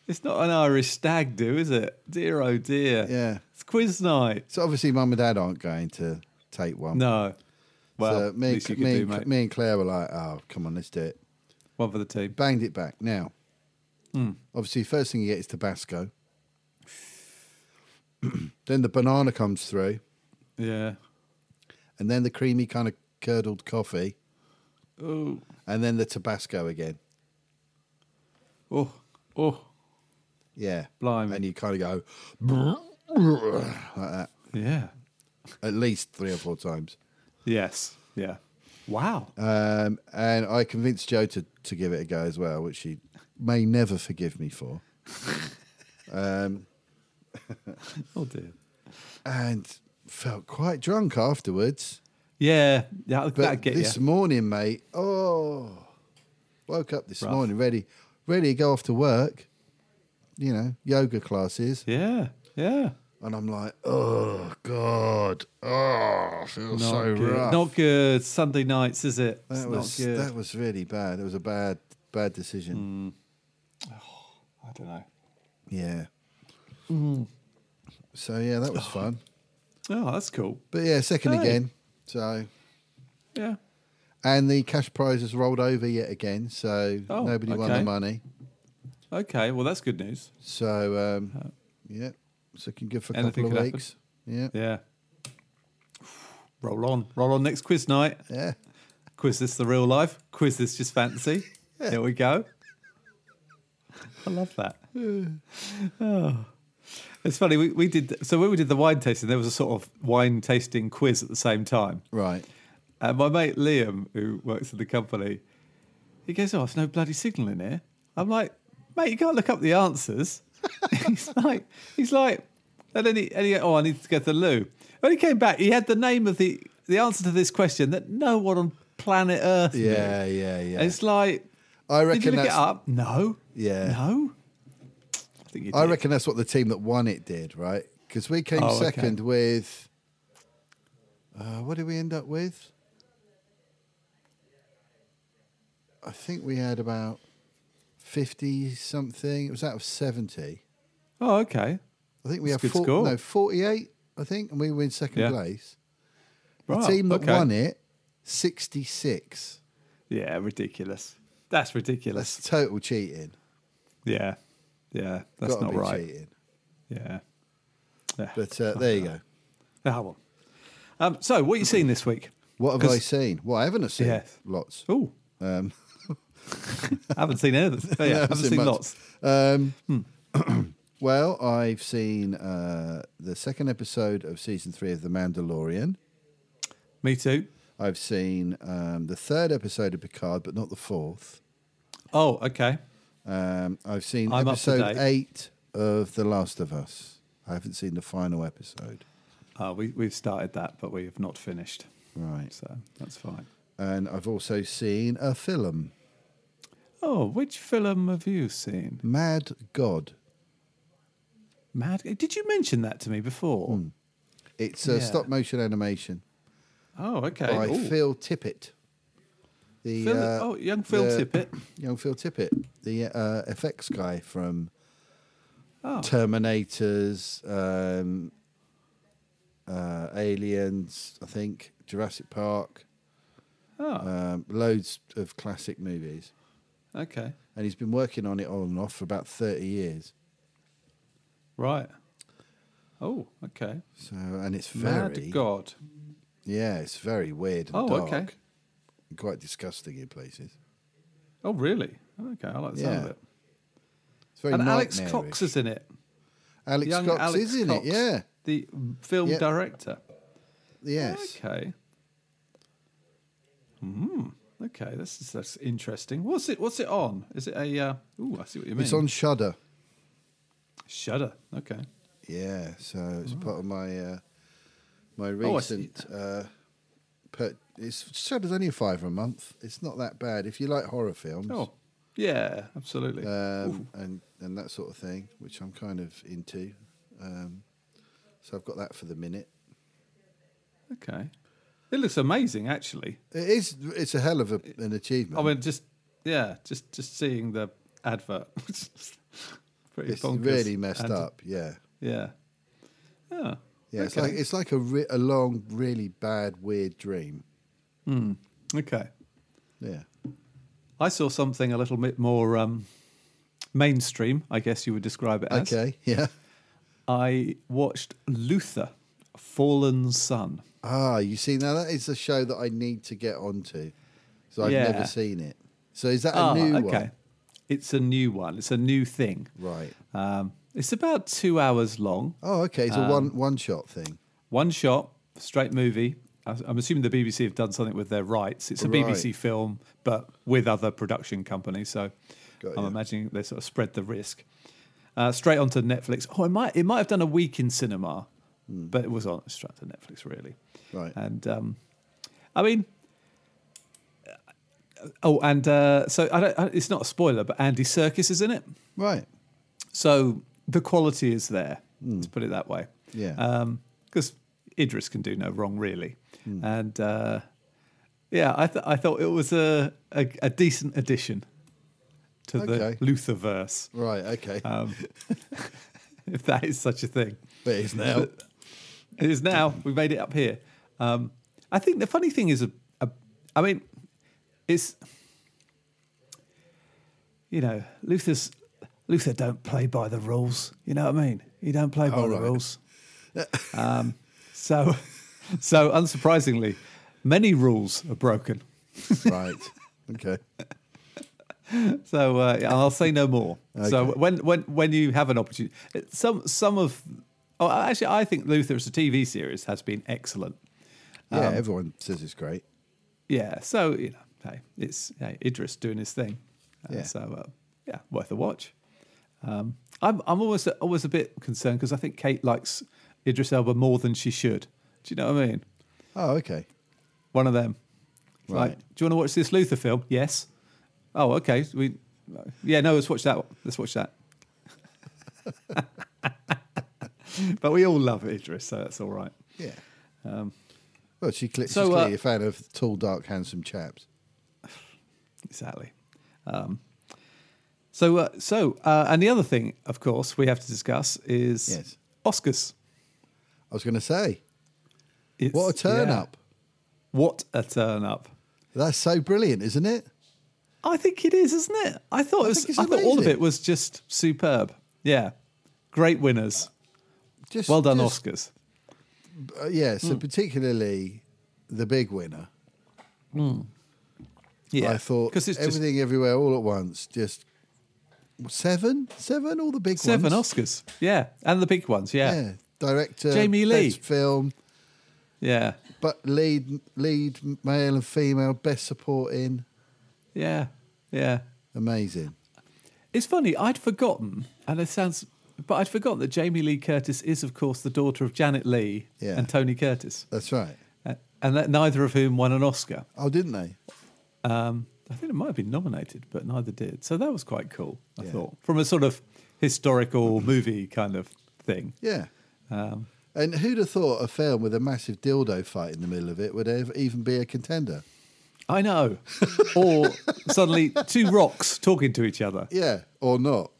Speaker 4: It's not an Irish stag do, is it? Dear oh dear.
Speaker 2: Yeah.
Speaker 4: It's quiz night.
Speaker 2: So obviously, mum and dad aren't going to take one.
Speaker 4: No. Well,
Speaker 2: so me,
Speaker 4: at
Speaker 2: and-
Speaker 4: least you could
Speaker 2: me,
Speaker 4: do,
Speaker 2: and-
Speaker 4: mate.
Speaker 2: me and Claire were like, "Oh, come on, let's do it."
Speaker 4: One for the team.
Speaker 2: Banged it back. Now,
Speaker 4: Hmm.
Speaker 2: obviously, first thing you get is Tabasco. then the banana comes through,
Speaker 4: Yeah.
Speaker 2: and then the creamy kind of curdled coffee,
Speaker 4: Oh.
Speaker 2: and then the Tabasco again.
Speaker 4: Oh. Oh.
Speaker 2: Yeah.
Speaker 4: Blimey.
Speaker 2: And you kind of go like that
Speaker 4: Yeah.
Speaker 2: at least three or four times.
Speaker 4: Yes. Yeah. Wow.
Speaker 2: Um, and I convinced Joe to, to give it a go as well, which he may never forgive me for.
Speaker 4: Oh dear.
Speaker 2: And felt quite drunk afterwards.
Speaker 4: Yeah. Yeah. That'll, that'll
Speaker 2: But
Speaker 4: get
Speaker 2: this
Speaker 4: you.
Speaker 2: morning, mate, oh, woke up this
Speaker 4: Rough.
Speaker 2: morning ready, ready to go off to work, you know, yoga classes.
Speaker 4: Yeah. Yeah.
Speaker 2: And I'm like, oh, God, oh, I feel
Speaker 4: Not
Speaker 2: so
Speaker 4: good.
Speaker 2: rough.
Speaker 4: Not good. Sunday nights, is it? it's
Speaker 2: That was
Speaker 4: not good. Mm.
Speaker 2: that was really bad. It was a bad bad decision.
Speaker 4: I don't know.
Speaker 2: Yeah.
Speaker 4: Mm-hmm.
Speaker 2: So yeah, that was fun.
Speaker 4: Oh, that's cool.
Speaker 2: But yeah, second
Speaker 4: Hey.
Speaker 2: again. So
Speaker 4: Yeah.
Speaker 2: and the cash prize has rolled over yet again. So
Speaker 4: Oh,
Speaker 2: nobody won the
Speaker 4: okay.
Speaker 2: money.
Speaker 4: Okay. Well, that's good news.
Speaker 2: So um, yeah, it's looking good for a
Speaker 4: Anything
Speaker 2: couple of
Speaker 4: could happen.
Speaker 2: weeks. Yeah. yeah.
Speaker 4: Yeah. Roll on. Roll on next quiz night. Quiz this the real life. Quiz this just fantasy. There we go. I love that. oh. It's funny, we, we did so when we did the wine tasting, there was a sort of wine tasting quiz at the same time.
Speaker 2: Right.
Speaker 4: And my mate Liam, who works in the company, he goes, Oh, there's no bloody signal in here. I'm like, mate, you can't look up the answers. he's like, he's like, and then he, and he oh, I need to go to the loo. When he came back, he had the name of the the answer to this question that no one on planet Earth knew.
Speaker 2: Yeah, yeah, yeah.
Speaker 4: And it's like,
Speaker 2: I
Speaker 4: did you
Speaker 2: reckon
Speaker 4: look it
Speaker 2: that's
Speaker 4: up? No.
Speaker 2: Yeah.
Speaker 4: No. I think you did.
Speaker 2: I reckon that's what the team that won it did, right? Because we came
Speaker 4: Oh, okay.
Speaker 2: second with uh, what did we end up with? I think we had about fifty something. It was out of seventy.
Speaker 4: Oh, okay.
Speaker 2: I think we
Speaker 4: That's
Speaker 2: had
Speaker 4: a good score.
Speaker 2: no forty-eight. I think, and we were in second
Speaker 4: Yeah.
Speaker 2: place. The
Speaker 4: Right.
Speaker 2: team that
Speaker 4: okay.
Speaker 2: won it, sixty-six.
Speaker 4: Yeah, ridiculous. That's ridiculous.
Speaker 2: That's total cheating.
Speaker 4: yeah. Yeah. That's
Speaker 2: Gotta
Speaker 4: not
Speaker 2: be
Speaker 4: right.
Speaker 2: cheating.
Speaker 4: Yeah. Yeah.
Speaker 2: But uh, there you go.
Speaker 4: Ah, well. Um, so, what you seen this week?
Speaker 2: What have I
Speaker 4: 'Cause-
Speaker 2: seen? What I haven't seen?
Speaker 4: Yes.
Speaker 2: Lots.
Speaker 4: Oh,
Speaker 2: Um,
Speaker 4: I haven't seen anything. Oh, yeah,
Speaker 2: No,
Speaker 4: I haven't
Speaker 2: seen
Speaker 4: seen
Speaker 2: much.
Speaker 4: lots.
Speaker 2: Um,
Speaker 4: Hmm.
Speaker 2: well, I've seen uh, the second episode of season three of The Mandalorian.
Speaker 4: Me too.
Speaker 2: I've seen um, the third episode of Picard, but not the fourth.
Speaker 4: Oh, okay.
Speaker 2: Um, I've seen
Speaker 4: I'm up to
Speaker 2: episode
Speaker 4: date.
Speaker 2: eight of The Last of Us. I haven't seen the final episode.
Speaker 4: Uh, we we've started that, but we have not finished,
Speaker 2: Right.
Speaker 4: so that's fine.
Speaker 2: And I've also seen a film,
Speaker 4: Oh, which film have you seen?
Speaker 2: Mad God.
Speaker 4: Mad? Did you mention that to me before?
Speaker 2: Hmm. It's a
Speaker 4: Yeah.
Speaker 2: stop motion animation
Speaker 4: Oh, okay.
Speaker 2: by
Speaker 4: Ooh.
Speaker 2: Phil Tippett. The,
Speaker 4: Phil-
Speaker 2: uh,
Speaker 4: oh, young Phil
Speaker 2: the-
Speaker 4: Tippett.
Speaker 2: Young Phil Tippett, the uh, FX guy from
Speaker 4: Oh,
Speaker 2: Terminators, um, uh, Aliens, I think, Jurassic Park,
Speaker 4: oh,
Speaker 2: um, loads of classic movies.
Speaker 4: okay.
Speaker 2: And he's been working on it on and off for about 30 years.
Speaker 4: Right. Oh, okay.
Speaker 2: So and it's very
Speaker 4: Mad God.
Speaker 2: yeah, it's very weird and
Speaker 4: Oh,
Speaker 2: dark,
Speaker 4: okay.
Speaker 2: and quite disgusting in places.
Speaker 4: Oh, really? Okay, I like the sound
Speaker 2: Yeah.
Speaker 4: of it.
Speaker 2: It's very
Speaker 4: And Alex
Speaker 2: nightmarish.
Speaker 4: Cox is in it.
Speaker 2: Alex
Speaker 4: Young
Speaker 2: Cox
Speaker 4: Alex
Speaker 2: is in
Speaker 4: Cox,
Speaker 2: it. Yeah,
Speaker 4: The film
Speaker 2: Yeah.
Speaker 4: director.
Speaker 2: yes.
Speaker 4: Okay. Hmm. Okay, this is that's interesting. What's it? What's it on? Is it a? Uh, ooh, I see what you mean.
Speaker 2: It's on Shudder.
Speaker 4: Shudder. Okay.
Speaker 2: Yeah, so it's part of my uh, my
Speaker 4: Oh, I see.
Speaker 2: recent. uh, per- it's Shudder's only a fiver a month. It's not that bad if you like horror films.
Speaker 4: Oh, yeah, absolutely.
Speaker 2: um, and and that sort of thing, which I'm kind of into. Um, so I've got that for the minute.
Speaker 4: okay. It looks amazing, actually.
Speaker 2: It is. It's a hell of a, an achievement.
Speaker 4: I mean, just yeah, just just seeing the advert. Pretty
Speaker 2: it's
Speaker 4: bonkers.
Speaker 2: really messed
Speaker 4: And-
Speaker 2: up. Yeah,
Speaker 4: Yeah. Yeah.
Speaker 2: yeah. It's
Speaker 4: Okay.
Speaker 2: like it's like a re- a long, really bad, weird dream.
Speaker 4: Okay.
Speaker 2: Yeah.
Speaker 4: I saw something a little bit more um, mainstream, I guess you would describe it as.
Speaker 2: Okay. Yeah.
Speaker 4: I watched Luther, Fallen Sun.
Speaker 2: Ah, you see now that is a show that I need to get onto. So I've
Speaker 4: Yeah.
Speaker 2: never seen it. So is that a
Speaker 4: Ah,
Speaker 2: new
Speaker 4: okay.
Speaker 2: one?
Speaker 4: It's a new one. It's a new thing.
Speaker 2: Right.
Speaker 4: Um, it's about two hours long.
Speaker 2: Oh, okay.
Speaker 4: Um,
Speaker 2: It's a one one shot thing.
Speaker 4: One shot, straight movie. I- I'm assuming the BBC have done something with their rights. It's a
Speaker 2: Right.
Speaker 4: BBC film, but with other production companies. So
Speaker 2: Got
Speaker 4: I'm
Speaker 2: you.
Speaker 4: imagining they sort of spread the risk. Uh, straight onto Netflix. Oh, it might it might have done a week in cinema,
Speaker 2: Hmm.
Speaker 4: but it was on straight to Netflix, really.
Speaker 2: Right.
Speaker 4: And um, I mean, oh, and uh, so I don't. I- It's not a spoiler, but Andy Circus is in it,
Speaker 2: Right.
Speaker 4: so the quality is there.
Speaker 2: Hmm.
Speaker 4: Let's put it that way
Speaker 2: Yeah.
Speaker 4: uh, because Um, Idris can do no wrong really, and uh, yeah, I th- I thought it was a a, a decent addition to
Speaker 2: Okay.
Speaker 4: the Lutherverse,
Speaker 2: right. Okay.
Speaker 4: uh, if that is such a thing.
Speaker 2: but it's now.
Speaker 4: It is now. We made it up here. Um, I think the funny thing is, a, a, I mean, it's you know Luther's Luther don't play by the rules. You know what I mean? He don't play by
Speaker 2: Oh,
Speaker 4: the
Speaker 2: right.
Speaker 4: rules. um, so, so unsurprisingly, many rules are broken.
Speaker 2: right. Okay.
Speaker 4: So uh, yeah, I'll say no more. So
Speaker 2: Okay.
Speaker 4: when when when you have an opportunity, some some of oh actually I think Luther as a TV series has been excellent.
Speaker 2: Yeah.
Speaker 4: Um,
Speaker 2: everyone says it's great.
Speaker 4: yeah, so you know, hey, it's hey, Idris doing his thing. Uh,
Speaker 2: Yeah.
Speaker 4: So uh, yeah, worth a watch. Um, I'm I'm always always a bit concerned because I think Kate likes Idris Elba more than she should. Do you know what I mean?
Speaker 2: Oh, okay.
Speaker 4: One of them. It's Like,
Speaker 2: Right.
Speaker 4: do you want to watch this Luther film? Yes. Oh, okay. So we, yeah, no, let's watch that. one. Let's watch that. but we all love Idris, so that's all right.
Speaker 2: Yeah. well, she cl-
Speaker 4: um, so,
Speaker 2: she's
Speaker 4: uh,
Speaker 2: clearly a fan of tall, dark, handsome chaps.
Speaker 4: Exactly. Um, so, uh, so, uh, and the other thing, of course, we have to discuss is
Speaker 2: Yes.
Speaker 4: Oscars.
Speaker 2: I was going to say,
Speaker 4: It's-
Speaker 2: what a turn
Speaker 4: yeah.
Speaker 2: up!
Speaker 4: What a turn up!
Speaker 2: That's so brilliant, isn't it?
Speaker 4: I think it is, isn't it? I thought it was.
Speaker 2: think it's
Speaker 4: I thought all of
Speaker 2: amazing.
Speaker 4: it was just superb. Yeah, great winners.
Speaker 2: Just
Speaker 4: Well done, Hmm.
Speaker 2: just,
Speaker 4: Oscars.
Speaker 2: uh, yeah. So particularly the big winner.
Speaker 4: Yeah,
Speaker 2: I thought
Speaker 4: because it's just
Speaker 2: everything, everywhere, all at once. Just seven, seven, all the big
Speaker 4: seven
Speaker 2: ones.
Speaker 4: Oscars. Yeah, and the big ones. Yeah, yeah.
Speaker 2: Yeah, director
Speaker 4: Jamie Lee.
Speaker 2: best film,
Speaker 4: yeah.
Speaker 2: but lead lead male and female best supporting.
Speaker 4: Yeah,
Speaker 2: Amazing.
Speaker 4: It's funny. I'd forgotten, and it sounds, but I'd forgotten that Jamie Lee Curtis is, of course, the daughter of Janet Lee
Speaker 2: Yeah.
Speaker 4: and Tony Curtis,
Speaker 2: That's right.
Speaker 4: Uh, and that neither of whom won an Oscar.
Speaker 2: Oh, didn't they?
Speaker 4: Um, I think it might have been nominated, but neither did. So that was quite cool. I
Speaker 2: Yeah. Mm-hmm.
Speaker 4: thought from a sort of historical movie kind of thing.
Speaker 2: Yeah.
Speaker 4: Um,
Speaker 2: and who'd have thought a film with a massive dildo fight in the middle of it would ever even be a contender?
Speaker 4: I know. or suddenly two rocks talking to each other,
Speaker 2: Yeah, or not?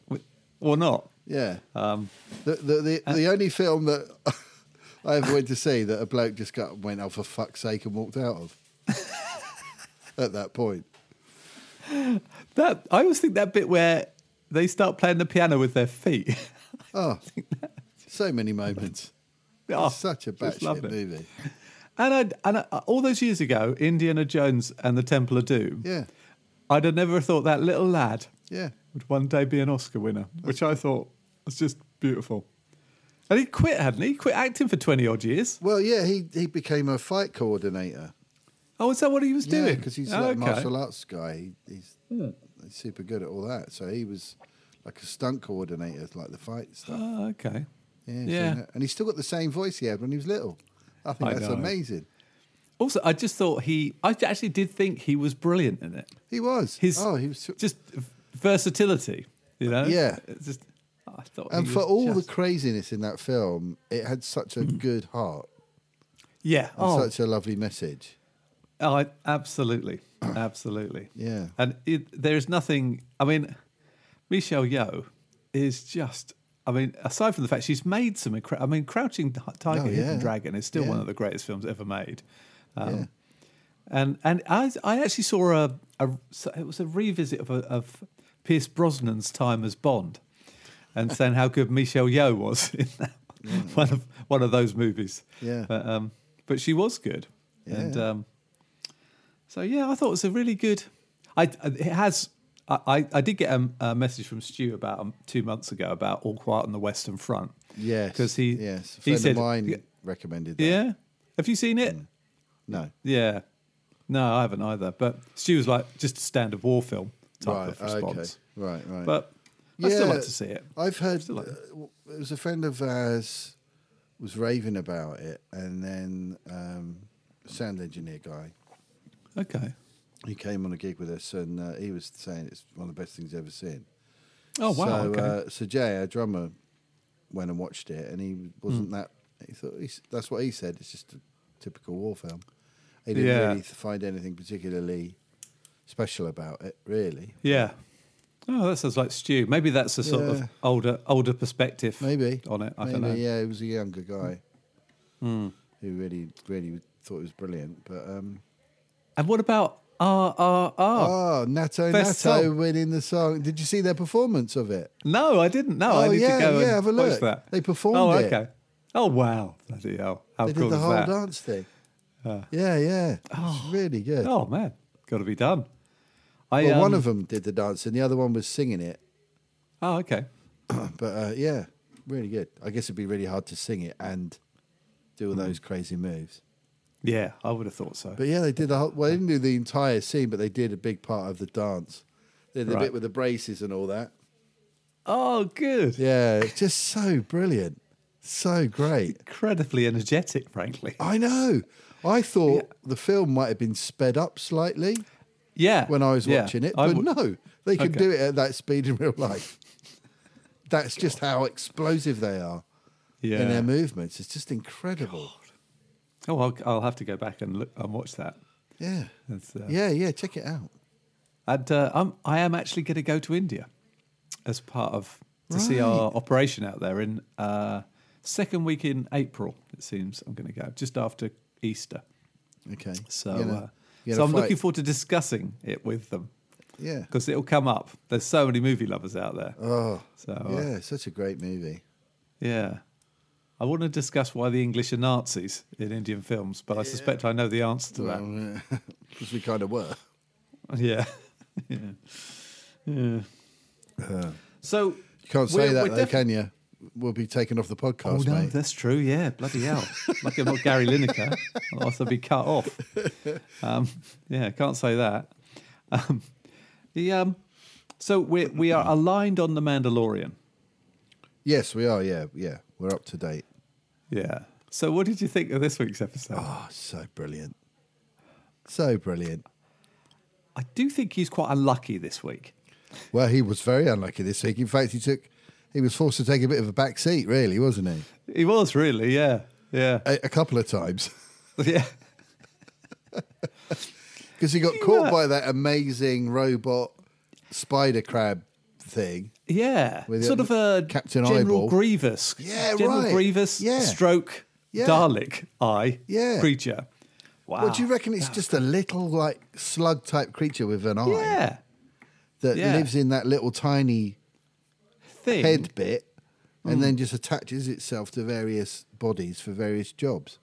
Speaker 4: or not.
Speaker 2: Yeah.
Speaker 4: Um, uh,
Speaker 2: The the the, the only film that I ever went to see that a bloke just got went oh for fuck's sake and walked out of. At that point,
Speaker 4: That I always think that bit where they start playing the piano with their feet. I
Speaker 2: Oh, so many moments.
Speaker 4: Oh,
Speaker 2: Such a
Speaker 4: just
Speaker 2: batshit
Speaker 4: loved it.
Speaker 2: movie.
Speaker 4: And I and I, all those years ago, Indiana Jones and the Temple of Doom.
Speaker 2: Yeah,
Speaker 4: I'd have never thought that little lad
Speaker 2: yeah.
Speaker 4: would one day be an Oscar winner, which I thought was just beautiful. And he quit, hadn't he? He quit acting for twenty odd years.
Speaker 2: Well, yeah, he, he became a fight coordinator.
Speaker 4: Oh, is that what he was doing?
Speaker 2: because he's
Speaker 4: Oh,
Speaker 2: like a
Speaker 4: okay. Hmm.
Speaker 2: martial arts guy. He, he's, he's super good at all that. So he was like a stunt coordinator, like the fight stuff.
Speaker 4: Oh, okay.
Speaker 2: Yeah, I've seen
Speaker 4: yeah.
Speaker 2: that. and he's still got the same voice he had when he was little. I think
Speaker 4: I
Speaker 2: that's
Speaker 4: know.
Speaker 2: amazing.
Speaker 4: Also, I just thought he. I actually did think he was brilliant in it.
Speaker 2: He was.
Speaker 4: His
Speaker 2: oh, he was.
Speaker 4: just v- versatility, you know.
Speaker 2: Yeah.
Speaker 4: It's just I thought. he
Speaker 2: and for
Speaker 4: was
Speaker 2: all
Speaker 4: just-
Speaker 2: the craziness in that film, it had such a good heart
Speaker 4: yeah,
Speaker 2: and
Speaker 4: oh,
Speaker 2: such a lovely message.
Speaker 4: oh, I- absolutely, absolutely,
Speaker 2: Yeah.
Speaker 4: And it, there is nothing. I mean, Michelle Yeoh is just. I mean, aside from the fact she's made some incredible. I mean, Crouching T- Tiger,
Speaker 2: Oh, yeah.
Speaker 4: Hidden Dragon is still
Speaker 2: Yeah.
Speaker 4: one of the greatest films ever made. Um,
Speaker 2: yeah.
Speaker 4: And and I I actually saw a, a so it was a revisit of a, of Pierce Brosnan's time as Bond, and saying how good Michelle Yeoh was in that, one of one of those movies.
Speaker 2: Mm. Yeah.
Speaker 4: but um, but she was good, and
Speaker 2: Yeah.
Speaker 4: um, so yeah, I thought it was a really good. I it has. I, I, I did get a, a message from Stu about um, two months ago about All Quiet on the Western Front.
Speaker 2: Yes.
Speaker 4: because he
Speaker 2: yes, a
Speaker 4: he
Speaker 2: friend
Speaker 4: said
Speaker 2: of mine Mm.
Speaker 4: yeah,
Speaker 2: recommended that.
Speaker 4: yeah. Have you seen it?
Speaker 2: No.
Speaker 4: Yeah. No, I haven't either. But Stu was like, just a standard war film type
Speaker 2: Right.
Speaker 4: of
Speaker 2: Okay.
Speaker 4: response.
Speaker 2: Right. Right.
Speaker 4: But I still
Speaker 2: Yeah,
Speaker 4: like to see it.
Speaker 2: I've heard
Speaker 4: Still like-
Speaker 2: uh, w- it was a friend of ours was raving about it, and then um, sound engineer guy
Speaker 4: Okay.
Speaker 2: he came on a gig with us, and uh, he was saying it's one of the best things he's ever seen.
Speaker 4: Oh, wow.
Speaker 2: So,
Speaker 4: okay.
Speaker 2: uh, so Jay, our drummer, went and watched it, and he wasn't
Speaker 4: Hmm.
Speaker 2: that. He thought he's, that's what he said. It's just a typical war film. He didn't
Speaker 4: Yeah.
Speaker 2: really find anything particularly special about it, really.
Speaker 4: yeah. Oh, that sounds like Stu. Maybe that's a sort
Speaker 2: Yeah.
Speaker 4: of older older perspective
Speaker 2: Maybe
Speaker 4: on it. I
Speaker 2: Maybe,
Speaker 4: don't know. Hmm.
Speaker 2: Yeah, he was a younger guy who really, really thought it was brilliant. But um,
Speaker 4: And what about R R R?
Speaker 2: oh, Nato
Speaker 4: Best
Speaker 2: Nato
Speaker 4: song.
Speaker 2: winning the song. Did you see their performance of it?
Speaker 4: No, I didn't. No, I
Speaker 2: Oh,
Speaker 4: need
Speaker 2: yeah,
Speaker 4: to go
Speaker 2: yeah,
Speaker 4: and
Speaker 2: have a
Speaker 4: watch
Speaker 2: look.
Speaker 4: that.
Speaker 2: They performed
Speaker 4: Oh,
Speaker 2: it.
Speaker 4: okay. Oh, wow. Bloody hell. How
Speaker 2: They
Speaker 4: cool
Speaker 2: did the
Speaker 4: is
Speaker 2: whole
Speaker 4: that? Uh.
Speaker 2: dance thing. yeah, yeah, it's really good.
Speaker 4: Oh, man. Got to be done. I,
Speaker 2: Well, one
Speaker 4: um,
Speaker 2: of them did the dance, and the other one was singing it.
Speaker 4: Oh, okay.
Speaker 2: But uh, yeah, really good. I guess it'd be really hard to sing it and do
Speaker 4: Hmm.
Speaker 2: all those crazy moves.
Speaker 4: Yeah, I would have thought so.
Speaker 2: But yeah, they did the whole. Well, they didn't do the entire scene, but they did a big part of the dance. They did the
Speaker 4: Right.
Speaker 2: bit with the braces and all that.
Speaker 4: Oh, good.
Speaker 2: Yeah, it's just so brilliant, so great.
Speaker 4: incredibly energetic, frankly.
Speaker 2: I know. I thought the film might have been sped up slightly
Speaker 4: Yeah.
Speaker 2: when I was
Speaker 4: yeah.
Speaker 2: watching it,
Speaker 4: I
Speaker 2: but
Speaker 4: w-
Speaker 2: no, they could
Speaker 4: Okay.
Speaker 2: do it at that speed in real life. That's just how explosive they are.
Speaker 4: yeah.
Speaker 2: in their movements. It's just incredible.
Speaker 4: oh, I'll, I'll have to go back and look and watch that.
Speaker 2: Yeah.
Speaker 4: That's, uh,
Speaker 2: yeah, yeah, check it out.
Speaker 4: And uh, I'm, I am actually going to go to India as part of to see our operation out there in uh, second week in April. It seems I'm going to go just after Easter.
Speaker 2: Okay.
Speaker 4: So,
Speaker 2: You know,
Speaker 4: uh,
Speaker 2: you
Speaker 4: so
Speaker 2: know,
Speaker 4: I'm
Speaker 2: fight-
Speaker 4: looking forward to discussing it with them
Speaker 2: Yeah.
Speaker 4: because it'll come up. There's so many movie lovers out there.
Speaker 2: Oh.
Speaker 4: so uh,
Speaker 2: yeah, such a great movie.
Speaker 4: Yeah. I want to discuss why the English are Nazis in Indian films, but I suspect I know the answer to
Speaker 2: Mm.
Speaker 4: that.
Speaker 2: Because we kind of were.
Speaker 4: Yeah. yeah. Yeah.
Speaker 2: Uh,
Speaker 4: So
Speaker 2: You can't say
Speaker 4: we're-
Speaker 2: that,
Speaker 4: we're
Speaker 2: though,
Speaker 4: defi-
Speaker 2: can you? We'll be taken off the
Speaker 4: Oh,
Speaker 2: podcast,
Speaker 4: no,
Speaker 2: mate.
Speaker 4: that's true. Yeah, bloody hell. Lucky I'm not Gary Lineker. Otherwise, I'd be cut off. Um, yeah, can't say that. Um, the, um, so we we are aligned on The Mandalorian.
Speaker 2: Yes, we are. Yeah, yeah. We're up to date.
Speaker 4: Yeah. So what did you think of this week's episode?
Speaker 2: Oh, so brilliant. So brilliant.
Speaker 4: I do think he's quite unlucky this week.
Speaker 2: Well, he was very unlucky this week. In fact, he took, he was forced to take a bit of a back seat, really, wasn't he?
Speaker 4: He was really, yeah, yeah,
Speaker 2: A, a couple of times.
Speaker 4: yeah.
Speaker 2: Because he got caught
Speaker 4: were-
Speaker 2: by that amazing robot spider crab thing.
Speaker 4: Yeah,
Speaker 2: With
Speaker 4: sort
Speaker 2: the-
Speaker 4: of a
Speaker 2: Captain
Speaker 4: General
Speaker 2: Eyeball.
Speaker 4: Grievous.
Speaker 2: Yeah,
Speaker 4: General
Speaker 2: right.
Speaker 4: Grievous.
Speaker 2: Yeah.
Speaker 4: Stroke.
Speaker 2: Yeah.
Speaker 4: Dalek eye.
Speaker 2: Yeah.
Speaker 4: Creature. Wow.
Speaker 2: Well,
Speaker 4: Ah,
Speaker 2: do you reckon it's just a little like slug type creature with an eye
Speaker 4: Yeah.
Speaker 2: that
Speaker 4: yeah.
Speaker 2: lives in that little tiny
Speaker 4: Thing.
Speaker 2: head bit and
Speaker 4: Mm.
Speaker 2: then just attaches itself to various bodies for various jobs.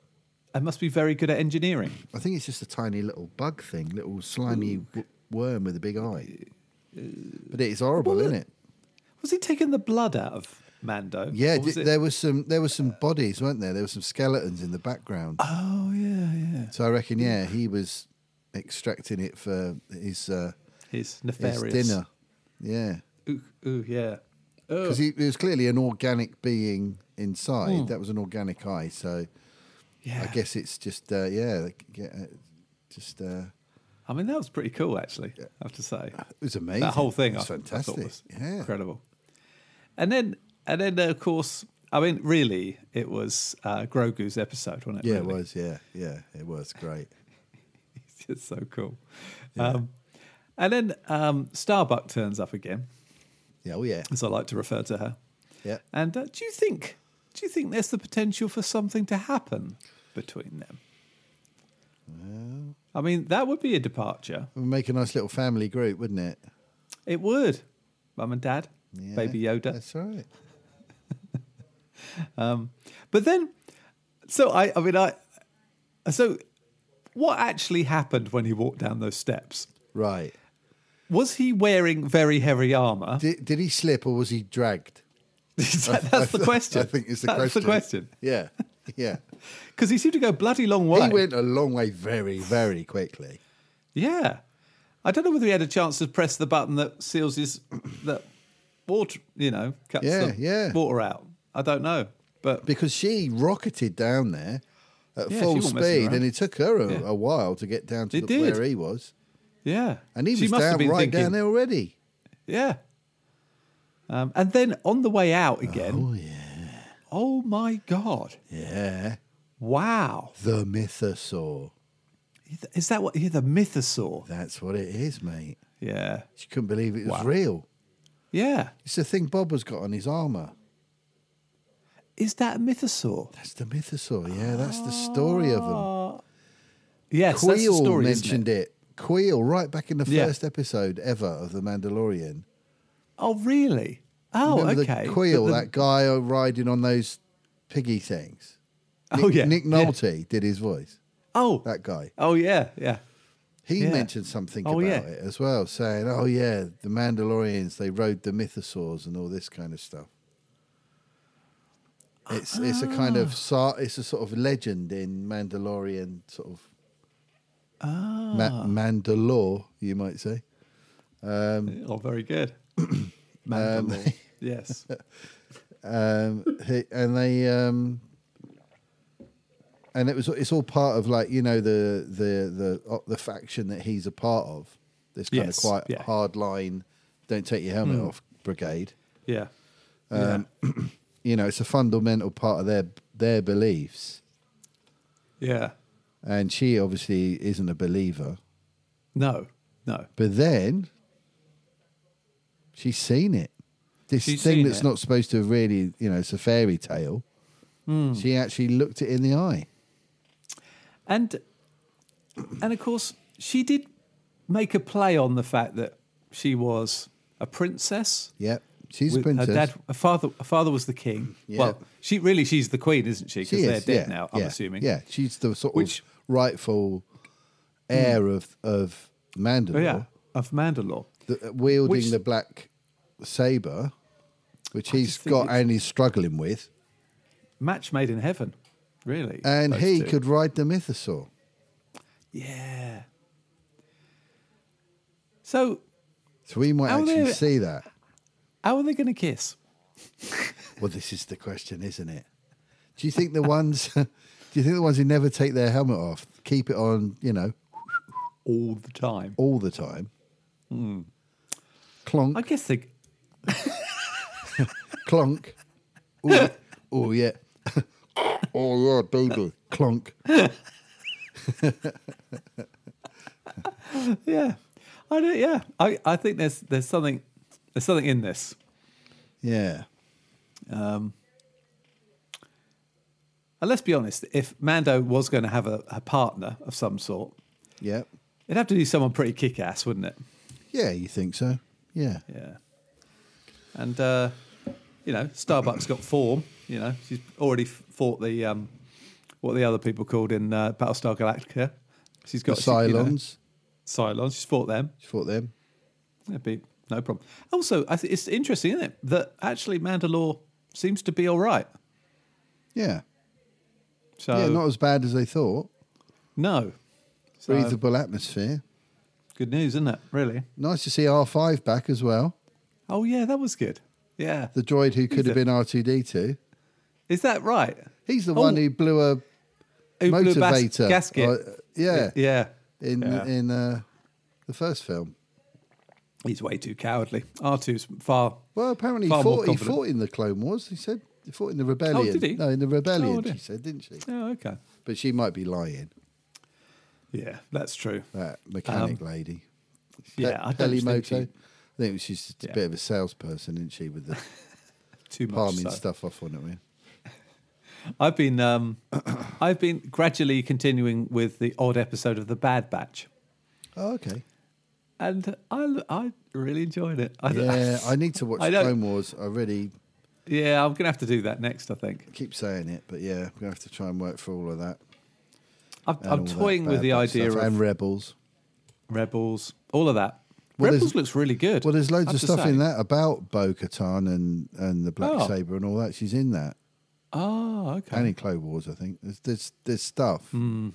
Speaker 4: They must be very good at engineering.
Speaker 2: I think it's just a tiny little bug thing, little slimy w- worm with a big eye. But it's horrible, isn't it?
Speaker 4: Uh, Was he taking the blood out of Mando?
Speaker 2: Yeah,
Speaker 4: Or was
Speaker 2: d-
Speaker 4: it-
Speaker 2: there was some there was some bodies, weren't there? There were some skeletons in the background.
Speaker 4: Oh yeah, yeah.
Speaker 2: So I reckon, yeah, he was extracting it for his uh,
Speaker 4: His
Speaker 2: his
Speaker 4: nefarious
Speaker 2: dinner. Yeah,
Speaker 4: Ooh, ooh yeah.
Speaker 2: because he, he was clearly an organic being inside. That was an organic eye. So
Speaker 4: Hmm. Yeah.
Speaker 2: I guess it's just uh, yeah, like, yeah, uh, just uh,
Speaker 4: I mean, that was pretty cool, actually. I have to say.
Speaker 2: it was amazing.
Speaker 4: That whole thing,
Speaker 2: it was
Speaker 4: I,
Speaker 2: fantastic.
Speaker 4: I thought was
Speaker 2: yeah,
Speaker 4: incredible. And then, and then, uh, of course, I mean, really, it was uh, Grogu's episode, wasn't it?
Speaker 2: yeah, it
Speaker 4: really?
Speaker 2: was. Yeah, yeah, it was great.
Speaker 4: It's just so cool. Um, and then um, Starbuck turns up again,
Speaker 2: Yeah, oh yeah,
Speaker 4: as I like to refer to her.
Speaker 2: yeah.
Speaker 4: And uh, do you think, do you think there's the potential for something to happen between them? I mean, that would be a departure.
Speaker 2: It would make a nice little family group, wouldn't it?
Speaker 4: It would. Mum and Dad,
Speaker 2: Yeah,
Speaker 4: Baby Yoda.
Speaker 2: That's right.
Speaker 4: But then, so I, I mean, I, so what actually happened when he walked down those steps?
Speaker 2: Right.
Speaker 4: Was he wearing very heavy armor?
Speaker 2: Did, did he slip or was he dragged?
Speaker 4: Is that-
Speaker 2: I
Speaker 4: that's the
Speaker 2: th-
Speaker 4: question.
Speaker 2: I think it's the
Speaker 4: that's
Speaker 2: question.
Speaker 4: the question.
Speaker 2: Yeah, yeah.
Speaker 4: Because he seemed to go bloody long way.
Speaker 2: He went a long way very, very quickly.
Speaker 4: Yeah. I don't know whether he had a chance to press the button that seals his that water, you know, cuts
Speaker 2: Yeah,
Speaker 4: the
Speaker 2: yeah.
Speaker 4: water out. I don't know, but
Speaker 2: Because she rocketed down there at
Speaker 4: Yeah, she
Speaker 2: full
Speaker 4: wasn't messing
Speaker 2: speed,
Speaker 4: around.
Speaker 2: and it took her a,
Speaker 4: Yeah.
Speaker 2: a while to get down to
Speaker 4: It
Speaker 2: the,
Speaker 4: did.
Speaker 2: where he was.
Speaker 4: yeah,
Speaker 2: And he
Speaker 4: She
Speaker 2: was
Speaker 4: must have
Speaker 2: down
Speaker 4: been
Speaker 2: right
Speaker 4: thinking,
Speaker 2: down there already.
Speaker 4: Yeah. Um, and then on the way out again.
Speaker 2: Oh yeah,
Speaker 4: Oh my God.
Speaker 2: yeah.
Speaker 4: Wow.
Speaker 2: The mythosaur.
Speaker 4: Is that what? Yeah, the mythosaur.
Speaker 2: That's what it is, mate.
Speaker 4: Yeah.
Speaker 2: She couldn't believe it was
Speaker 4: Wow.
Speaker 2: real.
Speaker 4: Yeah.
Speaker 2: It's the thing Bob has got on his armor.
Speaker 4: Is that a mythosaur?
Speaker 2: That's the mythosaur. Yeah, that's the story of them.
Speaker 4: Yes, Ah, that's the
Speaker 2: Queel
Speaker 4: story, isn't
Speaker 2: mentioned
Speaker 4: it?
Speaker 2: it. Queel, right back in the
Speaker 4: Yeah.
Speaker 2: first episode ever of The Mandalorian.
Speaker 4: Oh, really? Oh,
Speaker 2: Remember
Speaker 4: okay.
Speaker 2: The Queel,
Speaker 4: The- the-
Speaker 2: that guy riding on those piggy things. Nick,
Speaker 4: Oh, yeah.
Speaker 2: Nick
Speaker 4: Yeah.
Speaker 2: Nolte did his voice.
Speaker 4: oh,
Speaker 2: That guy.
Speaker 4: oh yeah, yeah.
Speaker 2: He
Speaker 4: Yeah.
Speaker 2: mentioned something
Speaker 4: Oh,
Speaker 2: about
Speaker 4: yeah.
Speaker 2: it as well, saying, "Oh yeah, the Mandalorians they rode the mythosaurs and all this kind of stuff." It's it's a kind
Speaker 4: Ah.
Speaker 2: of sa- it's a sort of legend in Mandalorian sort of
Speaker 4: Ah.
Speaker 2: Ma- Mandalore, you might say. Um,
Speaker 4: Oh, very good. Mandalore. yes.
Speaker 2: um, he- and they um, and it was it's all part of like you know the the the uh, the faction that he's a part of. This kind
Speaker 4: Yes,
Speaker 2: of quite
Speaker 4: yeah. Hmm.
Speaker 2: hard line, don't take your helmet off brigade.
Speaker 4: Yeah.
Speaker 2: Um, You know, it's a fundamental part of their their beliefs.
Speaker 4: yeah. Yeah.
Speaker 2: And she obviously isn't a believer,
Speaker 4: No. No.
Speaker 2: but then she's seen it. This
Speaker 4: She's
Speaker 2: thing
Speaker 4: seen
Speaker 2: that's
Speaker 4: it.
Speaker 2: not supposed to really, you know, it's a fairy tale.
Speaker 4: Hmm.
Speaker 2: She actually looked it in the eye.
Speaker 4: And and of course, she did make a play on the fact that she was a princess.
Speaker 2: Yep. She's a
Speaker 4: with
Speaker 2: princess.
Speaker 4: Her dad, her father, her father was the king.
Speaker 2: Yeah.
Speaker 4: Well, she really she's the queen, isn't she?
Speaker 2: She
Speaker 4: Because they're
Speaker 2: is,
Speaker 4: dead
Speaker 2: yeah,
Speaker 4: now. I'm
Speaker 2: yeah,
Speaker 4: assuming.
Speaker 2: Yeah, she's the sort
Speaker 4: Which-
Speaker 2: of rightful heir of of
Speaker 4: Oh,
Speaker 2: Mandalore,
Speaker 4: yeah. Of Mandalore.
Speaker 2: the- uh, wielding
Speaker 4: Which-
Speaker 2: the black saber, which he's
Speaker 4: think
Speaker 2: got
Speaker 4: it's-
Speaker 2: and he's struggling with,
Speaker 4: Match made in heaven, really.
Speaker 2: and
Speaker 4: those
Speaker 2: he
Speaker 4: two.
Speaker 2: could ride the mythosaur.
Speaker 4: Yeah. So,
Speaker 2: So we might
Speaker 4: How
Speaker 2: actually
Speaker 4: they-
Speaker 2: see that.
Speaker 4: how are they going to kiss?
Speaker 2: Well, this is the question, isn't it? Do you think the ones? do you think the ones who never take their helmet off keep it on? You know,
Speaker 4: All the time.
Speaker 2: all the time.
Speaker 4: Hmm.
Speaker 2: Clonk.
Speaker 4: I guess they.
Speaker 2: clonk. Oh, yeah. oh yeah, oh yeah, baby, clonk.
Speaker 4: Yeah. I don't. Yeah. I, I think there's there's something there's something in this.
Speaker 2: Yeah,
Speaker 4: And let's be honest, if Mando was going to have a, a partner of some sort,
Speaker 2: yeah,
Speaker 4: it'd have to be someone pretty kick ass, wouldn't it?
Speaker 2: yeah. You think so? Yeah,
Speaker 4: Yeah. And uh, you know, Starbucks got form. You know, she's already f- fought the um, what the other people called in uh, Battlestar Galactica. She's
Speaker 2: The
Speaker 4: got you know,
Speaker 2: Cylons.
Speaker 4: Cylons. She's fought them.
Speaker 2: She fought them.
Speaker 4: That'd be no problem. Also, I th- it's interesting, isn't it, that actually Mandalore seems to be all right.
Speaker 2: Yeah.
Speaker 4: So
Speaker 2: yeah, not as bad as they thought.
Speaker 4: no, so,
Speaker 2: Breathable atmosphere.
Speaker 4: good news, isn't it? Really?
Speaker 2: Nice to see R5 back as well.
Speaker 4: Oh yeah, that was good. Yeah,
Speaker 2: The droid who could
Speaker 4: He's
Speaker 2: have
Speaker 4: a-
Speaker 2: been R2D2.
Speaker 4: is that right?
Speaker 2: He's the
Speaker 4: Oh.
Speaker 2: one who blew a
Speaker 4: Who blew a bas-
Speaker 2: motivator.
Speaker 4: gasket.
Speaker 2: Uh, yeah,
Speaker 4: yeah,
Speaker 2: In
Speaker 4: Yeah.
Speaker 2: in uh, the first film.
Speaker 4: he's way too cowardly. R 2s far.
Speaker 2: Well, apparently he
Speaker 4: Far more
Speaker 2: fought, he
Speaker 4: confident. Oh,
Speaker 2: fought in the Clone Wars. He said he fought in the rebellion.
Speaker 4: did he?
Speaker 2: No, in the rebellion.
Speaker 4: dear.
Speaker 2: she said, didn't she?
Speaker 4: Oh, okay.
Speaker 2: But she might be lying.
Speaker 4: Yeah, that's true.
Speaker 2: That mechanic lady.
Speaker 4: Um, Yeah, I don't
Speaker 2: Pelimoto.
Speaker 4: think she,
Speaker 2: I think she's just
Speaker 4: Yeah.
Speaker 2: a bit of a salesperson, isn't she, with the
Speaker 4: too much.
Speaker 2: palming
Speaker 4: so.
Speaker 2: stuff off on it. with.
Speaker 4: I've been, um, I've been gradually continuing with the odd episode of The Bad Batch,
Speaker 2: Oh, okay.
Speaker 4: and I, I really enjoyed it. I,
Speaker 2: Yeah, I need to watch
Speaker 4: I don't-
Speaker 2: Clone Wars. I really
Speaker 4: yeah, I'm gonna have to do that next. I think.
Speaker 2: keep saying it, but yeah, we're gonna have to try and work for all of that.
Speaker 4: I'm,
Speaker 2: and all
Speaker 4: I'm
Speaker 2: that
Speaker 4: toying with
Speaker 2: Bad
Speaker 4: the
Speaker 2: Batch
Speaker 4: idea
Speaker 2: stuff,
Speaker 4: of
Speaker 2: and Rebels.
Speaker 4: Rebels, all of that.
Speaker 2: Well, there's-
Speaker 4: Rebels looks really good.
Speaker 2: Well, there's loads
Speaker 4: I
Speaker 2: of
Speaker 4: have to
Speaker 2: stuff
Speaker 4: say.
Speaker 2: in that about Bo Katan and and the Black
Speaker 4: Oh.
Speaker 2: Saber and all that. She's in that,
Speaker 4: Oh, okay.
Speaker 2: and in Clone Wars, I think. There's there's, there's stuff
Speaker 4: Mm.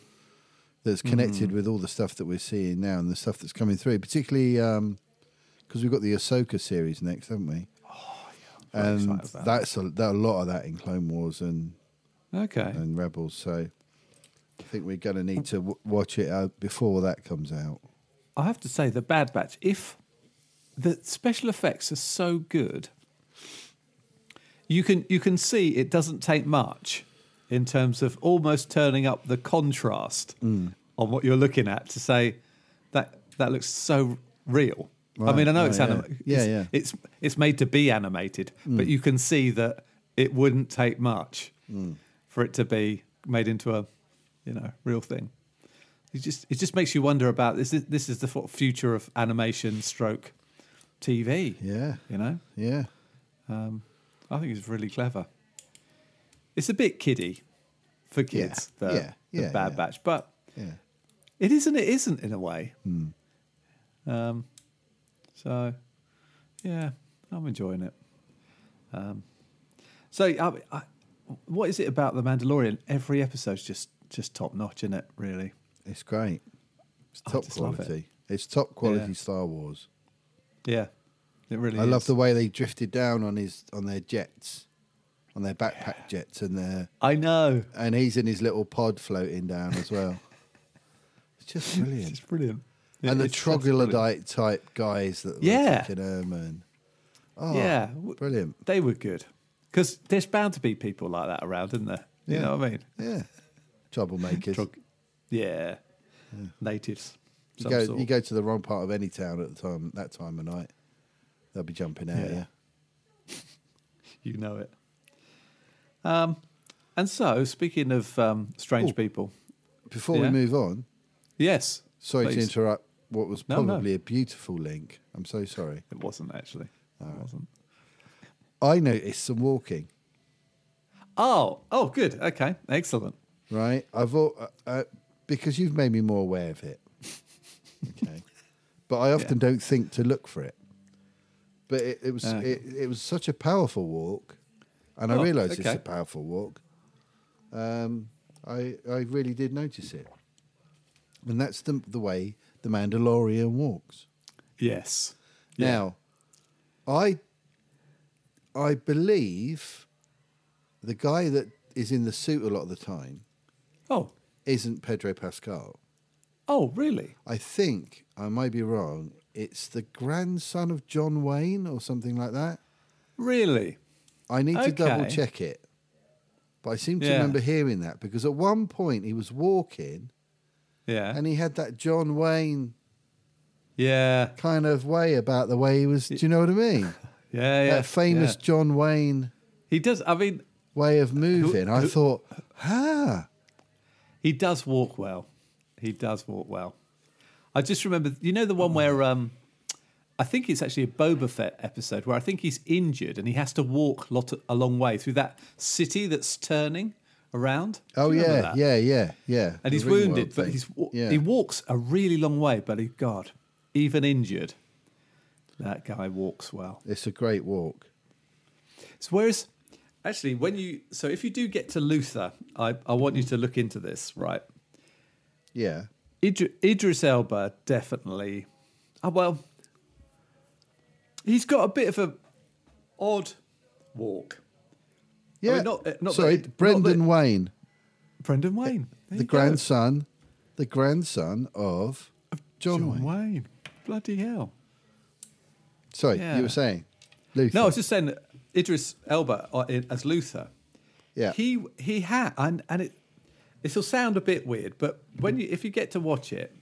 Speaker 2: that's connected with all the stuff that we're seeing now and the stuff that's coming through, particularly because we've got the Ahsoka series next, haven't we?
Speaker 4: I'm really
Speaker 2: and
Speaker 4: excited about
Speaker 2: that's a, there are a lot of that in Clone Wars and
Speaker 4: Okay.
Speaker 2: and Rebels. So I think we're going to need to w- watch it out before that comes out.
Speaker 4: I have to say, the Bad Batch, if the special effects are so good, you can you can see it doesn't take much in terms of almost turning up the contrast
Speaker 2: Mm.
Speaker 4: on what you're looking at to say that that looks so real. I
Speaker 2: Right,
Speaker 4: mean, I know
Speaker 2: right,
Speaker 4: it's
Speaker 2: yeah.
Speaker 4: animated.
Speaker 2: Yeah,
Speaker 4: it's,
Speaker 2: yeah. Mm.
Speaker 4: It's it's made to be animated, but you can see that it wouldn't take much
Speaker 2: Mm.
Speaker 4: for it to be made into a you know real thing. It just it just makes you wonder about this. Is, this is the f- future of animation stroke TV.
Speaker 2: Yeah.
Speaker 4: you know,
Speaker 2: Yeah.
Speaker 4: I think it's really clever. It's a bit kiddie for kids.
Speaker 2: Yeah,
Speaker 4: The,
Speaker 2: yeah,
Speaker 4: the
Speaker 2: yeah,
Speaker 4: Bad
Speaker 2: yeah.
Speaker 4: Batch, but
Speaker 2: Yeah.
Speaker 4: it isn't. It isn't in a way.
Speaker 2: Hmm.
Speaker 4: Um, so yeah, I'm enjoying it. Um, so I, I, what is it about the Mandalorian? Every episode's just just top notch, isn't it? Really.
Speaker 2: It's great. It's
Speaker 4: I
Speaker 2: top
Speaker 4: just love it.
Speaker 2: quality. It's top quality
Speaker 4: Yeah.
Speaker 2: Star Wars.
Speaker 4: Yeah, it really.
Speaker 2: I
Speaker 4: is.
Speaker 2: love the way they drifted down on his on their jets, on their backpack jets, and their
Speaker 4: I know.
Speaker 2: and he's in his little pod floating down as well. it's just brilliant.
Speaker 4: It's brilliant.
Speaker 2: and the
Speaker 4: It's- it's brilliant.
Speaker 2: troglodyte type guys that were
Speaker 4: Yeah.
Speaker 2: taking him and oh
Speaker 4: Yeah. w-
Speaker 2: brilliant
Speaker 4: They were good. Because there's bound to be people like that around, isn't there? You
Speaker 2: Yeah.
Speaker 4: know what I mean?
Speaker 2: yeah troublemakers.
Speaker 4: Trog- yeah. Natives.
Speaker 2: you
Speaker 4: some
Speaker 2: go
Speaker 4: sort.
Speaker 2: you go to the wrong part of any town at the time that time of night, they'll be jumping out.
Speaker 4: Yeah.
Speaker 2: Yeah,
Speaker 4: You know it. Um, and so, speaking of um, strange
Speaker 2: Oh.
Speaker 4: people,
Speaker 2: Before we
Speaker 4: Yeah.
Speaker 2: move on,
Speaker 4: yes.
Speaker 2: sorry to
Speaker 4: please.
Speaker 2: interrupt. What was
Speaker 4: No, no.
Speaker 2: probably a beautiful link. I'm so sorry.
Speaker 4: It wasn't actually. It wasn't.
Speaker 2: I noticed some walking.
Speaker 4: Oh, oh, good. Okay, excellent.
Speaker 2: Right, I've all, uh, uh, because you've made me more aware of it. Okay, but I often don't think to look for it. But it, it was
Speaker 4: Okay.
Speaker 2: it, it was such a powerful walk, and I
Speaker 4: Uh-huh. Oh,
Speaker 2: realised it's
Speaker 4: okay.
Speaker 2: a powerful walk. Um, I I really did notice it, and that's the the way the Mandalorian walks.
Speaker 4: Yes. Yeah.
Speaker 2: Now, I I believe the guy that is in the suit a lot of the time
Speaker 4: Oh,
Speaker 2: isn't Pedro Pascal.
Speaker 4: oh, really?
Speaker 2: I think I might be wrong. It's the grandson of John Wayne or something like that.
Speaker 4: Really?
Speaker 2: I need to double
Speaker 4: Okay.
Speaker 2: check it. But I seem to
Speaker 4: Yeah.
Speaker 2: remember hearing that because at one point he was walking
Speaker 4: Yeah.
Speaker 2: and he had that John Wayne
Speaker 4: Yeah.
Speaker 2: kind of way about the way he was. Do you know what I mean?
Speaker 4: Yeah. Yeah.
Speaker 2: that famous
Speaker 4: yeah.
Speaker 2: John Wayne
Speaker 4: He does. I mean,
Speaker 2: way of moving. I thought, ah,
Speaker 4: He does walk
Speaker 2: Mm.
Speaker 4: well. He does walk well. I just remember, you know, the one where um, I think it's actually a Boba Fett episode where I think he's injured and he has to walk lot a long way through that city that's turning around. Do you
Speaker 2: Oh
Speaker 4: remember
Speaker 2: yeah,
Speaker 4: that?
Speaker 2: yeah, yeah, yeah.
Speaker 4: And
Speaker 2: The
Speaker 4: he's
Speaker 2: Ringworld
Speaker 4: wounded, but
Speaker 2: thing.
Speaker 4: he's wa-
Speaker 2: yeah.
Speaker 4: he walks a really long way. But he, God, even injured, that guy walks well.
Speaker 2: it's a great walk.
Speaker 4: So whereas, actually, when you so if you do get to Luther, I, I want you to look into this, right?
Speaker 2: Yeah,
Speaker 4: Idri- Idris Elba definitely. Oh, well, he's got a bit of a odd walk.
Speaker 2: yeah.
Speaker 4: not- uh, not
Speaker 2: Sorry,
Speaker 4: that- not
Speaker 2: Brendan
Speaker 4: that-
Speaker 2: Wayne,
Speaker 4: Brendan Wayne, There
Speaker 2: the
Speaker 4: you go.
Speaker 2: grandson, the grandson of John,
Speaker 4: John
Speaker 2: Wayne.
Speaker 4: Wayne. Bloody hell!
Speaker 2: Sorry,
Speaker 4: Yeah.
Speaker 2: you were saying Luther.
Speaker 4: No, I was just saying that Idris Elba uh, in- as Luther.
Speaker 2: yeah,
Speaker 4: He he had and and it this will sound a bit weird, but when you if you get to watch it,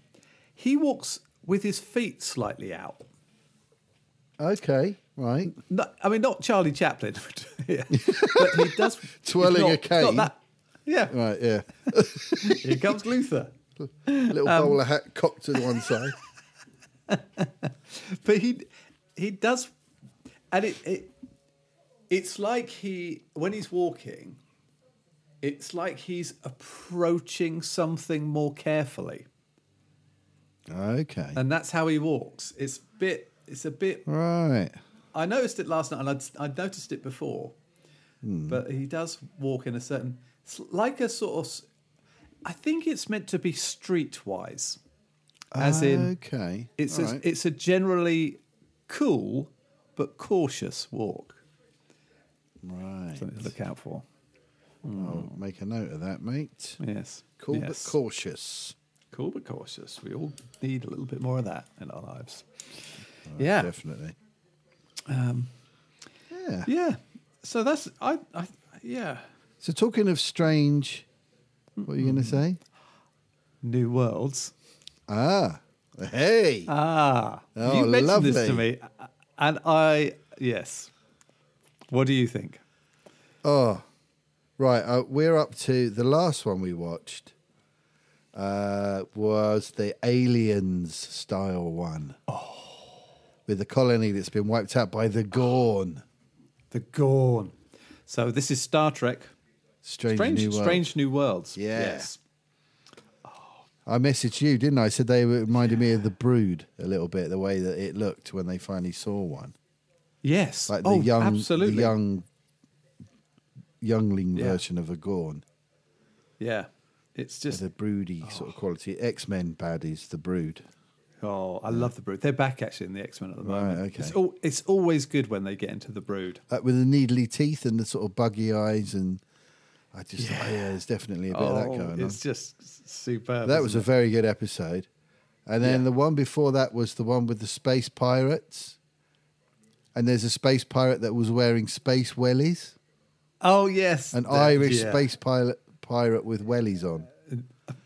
Speaker 4: he walks with his feet slightly out.
Speaker 2: okay, right.
Speaker 4: No, I mean, not Charlie Chaplin, yeah. but he does he's
Speaker 2: Twirling a
Speaker 4: not- he's not
Speaker 2: cane.
Speaker 4: that- yeah,
Speaker 2: Right, yeah.
Speaker 4: here comes Luther.
Speaker 2: Little
Speaker 4: Um,
Speaker 2: bowler hat cocked to one side.
Speaker 4: But he he does, and it, it it's like he when he's walking, it's like he's approaching something more carefully,
Speaker 2: Okay.
Speaker 4: and that's how he walks. It's bit it's a bit.
Speaker 2: right.
Speaker 4: I noticed it last night, and I'd, I'd noticed it before, but he does walk in a certain it's like a sort of. s- I think it's meant to be streetwise, as in
Speaker 2: okay.
Speaker 4: It's
Speaker 2: all
Speaker 4: a,
Speaker 2: right.
Speaker 4: it's a generally cool but cautious walk.
Speaker 2: right.
Speaker 4: Something to look out for.
Speaker 2: I'll make a note of that, mate.
Speaker 4: Yes.
Speaker 2: Cool
Speaker 4: Yes.
Speaker 2: but cautious.
Speaker 4: Cool but cautious. We all need a little bit more of that in our lives. yeah.
Speaker 2: Definitely. Um, yeah.
Speaker 4: Yeah. So that's I, I yeah.
Speaker 2: So talking of strange, what are you going
Speaker 4: Hmm.
Speaker 2: to say?
Speaker 4: New worlds.
Speaker 2: Ah, hey.
Speaker 4: Ah.
Speaker 2: Oh,
Speaker 4: you mentioned this to
Speaker 2: lovely.
Speaker 4: me and I yes. What do you think?
Speaker 2: Right, uh, we're up to the last one we watched. Uh, was the aliens style one? Oh, with the colony that's been wiped out by the Gorn.
Speaker 4: The Gorn. So this is Star Trek.
Speaker 2: Strange,
Speaker 4: Strange
Speaker 2: new world.
Speaker 4: Strange New Worlds.
Speaker 2: Yeah.
Speaker 4: Yes.
Speaker 2: I messaged you, didn't I? I said they reminded me of the Brood a little bit, the way that it looked when they finally saw one,
Speaker 4: Yes.
Speaker 2: like the
Speaker 4: oh,
Speaker 2: young,
Speaker 4: absolutely.
Speaker 2: the young, youngling
Speaker 4: Yeah.
Speaker 2: version of a Gorn,
Speaker 4: Yeah. It's just
Speaker 2: the broody sort of quality. X Men baddies, the Brood.
Speaker 4: Oh, I love the Brood. They're back actually in the X Men at the
Speaker 2: Right,
Speaker 4: moment.
Speaker 2: okay.
Speaker 4: It's, al- it's always good when they get into the Brood.
Speaker 2: like with the needly teeth and the sort of buggy eyes and I just yeah, yeah there's definitely a bit of that going on.
Speaker 4: Oh, it's just s- superb.
Speaker 2: That was a
Speaker 4: isn't
Speaker 2: very good episode. And then the
Speaker 4: Yeah.
Speaker 2: one before that was the one with the space pirates. And there's a space pirate that was wearing space wellies,
Speaker 4: it? oh yes,
Speaker 2: an
Speaker 4: That-
Speaker 2: Irish
Speaker 4: yeah.
Speaker 2: space pilot pirate with wellies on.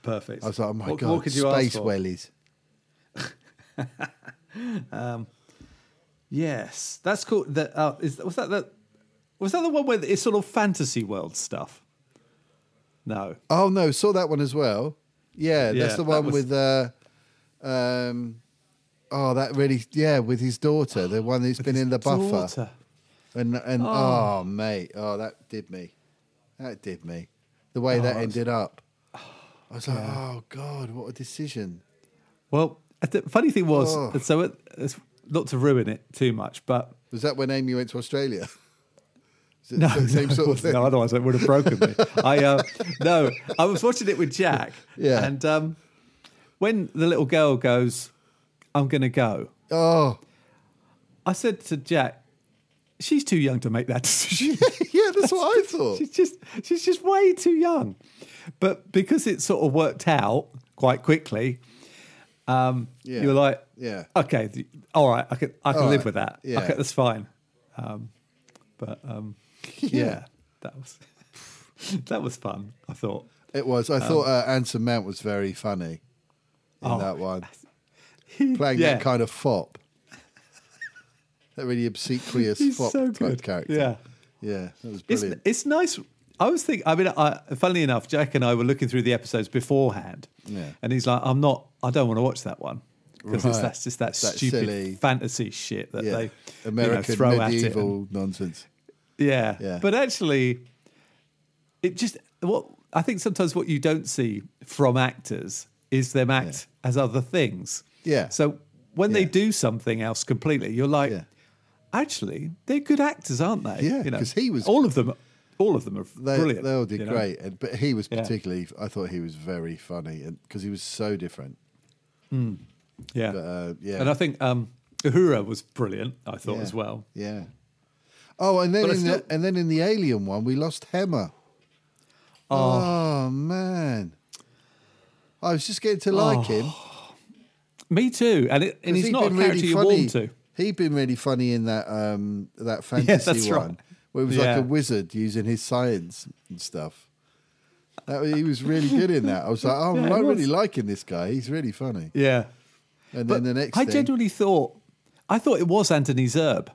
Speaker 4: Perfect.
Speaker 2: I was like, oh my
Speaker 4: What-
Speaker 2: god,
Speaker 4: what could you
Speaker 2: space
Speaker 4: ask for?
Speaker 2: wellies.
Speaker 4: Yes, that's cool. That uh, is, was that that was that the one where it's sort of fantasy world stuff. No,
Speaker 2: Oh no, saw that one as well. Yeah,
Speaker 4: Yeah,
Speaker 2: that's the
Speaker 4: that
Speaker 2: one
Speaker 4: was-
Speaker 2: with uh, um, oh that really yeah with his daughter, the one who's been in the buffer.
Speaker 4: Daughter.
Speaker 2: And and oh. mate, oh that did me, that did me. The
Speaker 4: Oh,
Speaker 2: way that ended up, I was like, oh god, what a decision.
Speaker 4: Well, the funny thing was,
Speaker 2: Oh.
Speaker 4: so it, it's not to ruin it too much, but
Speaker 2: Was that when Amy went to Australia? Is it
Speaker 4: No,
Speaker 2: the same
Speaker 4: no,
Speaker 2: sort of
Speaker 4: wasn't.
Speaker 2: thing.
Speaker 4: No, otherwise it would have broken me. I uh, no, I was watching it with Jack.
Speaker 2: Yeah.
Speaker 4: And um, when the little girl goes, "I'm going to go,"
Speaker 2: Oh,
Speaker 4: I said to Jack, "She's too young to make that decision.
Speaker 2: yeah, that's what I thought.
Speaker 4: she's just she's just way too young." But because it sort of worked out quite quickly, um,
Speaker 2: Yeah.
Speaker 4: you were like,
Speaker 2: Yeah.
Speaker 4: okay, th- all right, I can I can
Speaker 2: All
Speaker 4: live
Speaker 2: right,
Speaker 4: with that.
Speaker 2: yeah.
Speaker 4: Okay, that's fine." Um, but um, yeah. that was that was fun. I thought
Speaker 2: It was. I thought uh, Anson Mount was very funny in
Speaker 4: um, Oh,
Speaker 2: that one,
Speaker 4: he,
Speaker 2: playing
Speaker 4: yeah,
Speaker 2: that kind of fop, that really obsequious
Speaker 4: he's
Speaker 2: fop
Speaker 4: so
Speaker 2: type
Speaker 4: good.
Speaker 2: character.
Speaker 4: Yeah,
Speaker 2: yeah, that was
Speaker 4: it's
Speaker 2: brilliant.
Speaker 4: it's nice. I was thinking. I mean, I, funnily enough, Jack and I were looking through the episodes beforehand.
Speaker 2: Yeah.
Speaker 4: and he's like, "I'm not. I don't want to watch that one." because
Speaker 2: Right.
Speaker 4: that's just that
Speaker 2: That
Speaker 4: stupid
Speaker 2: silly-
Speaker 4: fantasy shit that
Speaker 2: yeah,
Speaker 4: they you know,
Speaker 2: American
Speaker 4: throw at it. and-
Speaker 2: medieval nonsense.
Speaker 4: yeah.
Speaker 2: Yeah.
Speaker 4: But actually, it just what I think sometimes what you don't see from actors is them act as other things.
Speaker 2: Yeah.
Speaker 4: So when they
Speaker 2: Yeah.
Speaker 4: do something else completely, you're like,
Speaker 2: Yeah.
Speaker 4: actually, they're good actors, aren't they?
Speaker 2: Yeah,
Speaker 4: You know,
Speaker 2: 'cause he was-
Speaker 4: all of them. All of them are
Speaker 2: They,
Speaker 4: brilliant.
Speaker 2: they all did
Speaker 4: you know?
Speaker 2: great, and, but he was
Speaker 4: Yeah.
Speaker 2: particularly. I thought he was very funny, and because he was so different.
Speaker 4: Yeah.
Speaker 2: But uh, yeah,
Speaker 4: And I think um, Uhura was brilliant. I thought
Speaker 2: yeah.
Speaker 4: as well.
Speaker 2: Yeah. Oh, and then
Speaker 4: But I
Speaker 2: in
Speaker 4: still-
Speaker 2: the, and then in the Alien one, we lost Hemmer. Oh. man, I was just getting to
Speaker 4: Oh.
Speaker 2: like him.
Speaker 4: Me too. And it,
Speaker 2: 'cause
Speaker 4: and he's
Speaker 2: he'd
Speaker 4: not a
Speaker 2: been
Speaker 4: character
Speaker 2: really
Speaker 4: you
Speaker 2: funny.
Speaker 4: warm to.
Speaker 2: He'd been really funny in that um that fantasy
Speaker 4: that's
Speaker 2: one,
Speaker 4: right.
Speaker 2: where it was like
Speaker 4: Yeah.
Speaker 2: a wizard using his science and stuff. That, he was really good in that. I was like, oh,
Speaker 4: Yeah,
Speaker 2: I'm
Speaker 4: he
Speaker 2: not really
Speaker 4: was.
Speaker 2: liking this guy. He's really funny.
Speaker 4: Yeah.
Speaker 2: And
Speaker 4: But
Speaker 2: then the next,
Speaker 4: I
Speaker 2: thing,
Speaker 4: genuinely thought, I thought it was Anthony Zerb,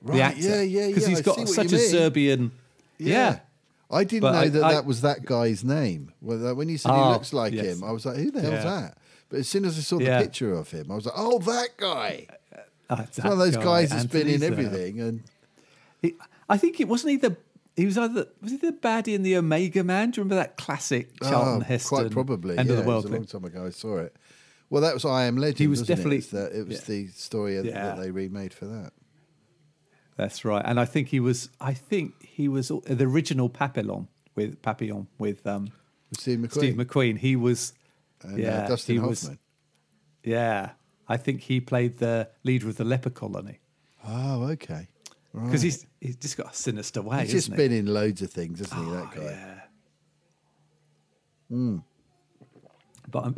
Speaker 2: Right,
Speaker 4: the actor.
Speaker 2: yeah, yeah,
Speaker 4: Because
Speaker 2: yeah,
Speaker 4: he's
Speaker 2: I see
Speaker 4: got
Speaker 2: what you
Speaker 4: such a
Speaker 2: mean.
Speaker 4: Serbian. Yeah.
Speaker 2: I didn't
Speaker 4: But
Speaker 2: know
Speaker 4: I-
Speaker 2: that
Speaker 4: I-
Speaker 2: that was that guy's name. Well, that- When you said
Speaker 4: Ah,
Speaker 2: he looks like
Speaker 4: yes.
Speaker 2: him, I was like, who the hell's
Speaker 4: Yeah.
Speaker 2: that? But as soon as I saw
Speaker 4: Yeah.
Speaker 2: the picture of him, I was like, oh, that guy.
Speaker 4: Ah, that
Speaker 2: One of those
Speaker 4: guy,
Speaker 2: guys that's been
Speaker 4: Anthony
Speaker 2: in
Speaker 4: Zerbe.
Speaker 2: everything. And
Speaker 4: He- I think it wasn't he the. He was either was he the baddie in the Omega Man? Do you remember that classic
Speaker 2: oh,
Speaker 4: Charlton Heston?
Speaker 2: quite probably.
Speaker 4: End
Speaker 2: yeah,
Speaker 4: of the world
Speaker 2: it was a long
Speaker 4: thing.
Speaker 2: time ago I saw it. Well, that was I Am Legend.
Speaker 4: was
Speaker 2: wasn't
Speaker 4: definitely-
Speaker 2: It, It's the- it was
Speaker 4: yeah.
Speaker 2: the story
Speaker 4: Yeah.
Speaker 2: that they remade for that.
Speaker 4: That's right, and I think he was. I think he was al- the original Papillon with Papillon with um,
Speaker 2: With Steve McQueen.
Speaker 4: Steve McQueen. He was.
Speaker 2: and, uh,
Speaker 4: yeah,
Speaker 2: Dustin
Speaker 4: he
Speaker 2: Hoffman.
Speaker 4: was. Yeah, I think he played the leader of the leper colony
Speaker 2: Oh, okay.
Speaker 4: because he's he's just got a sinister way.
Speaker 2: He's
Speaker 4: isn't
Speaker 2: just been in loads of things, hasn't he, that
Speaker 4: he?
Speaker 2: guy?
Speaker 4: Oh,
Speaker 2: Hmm.
Speaker 4: Yeah. But i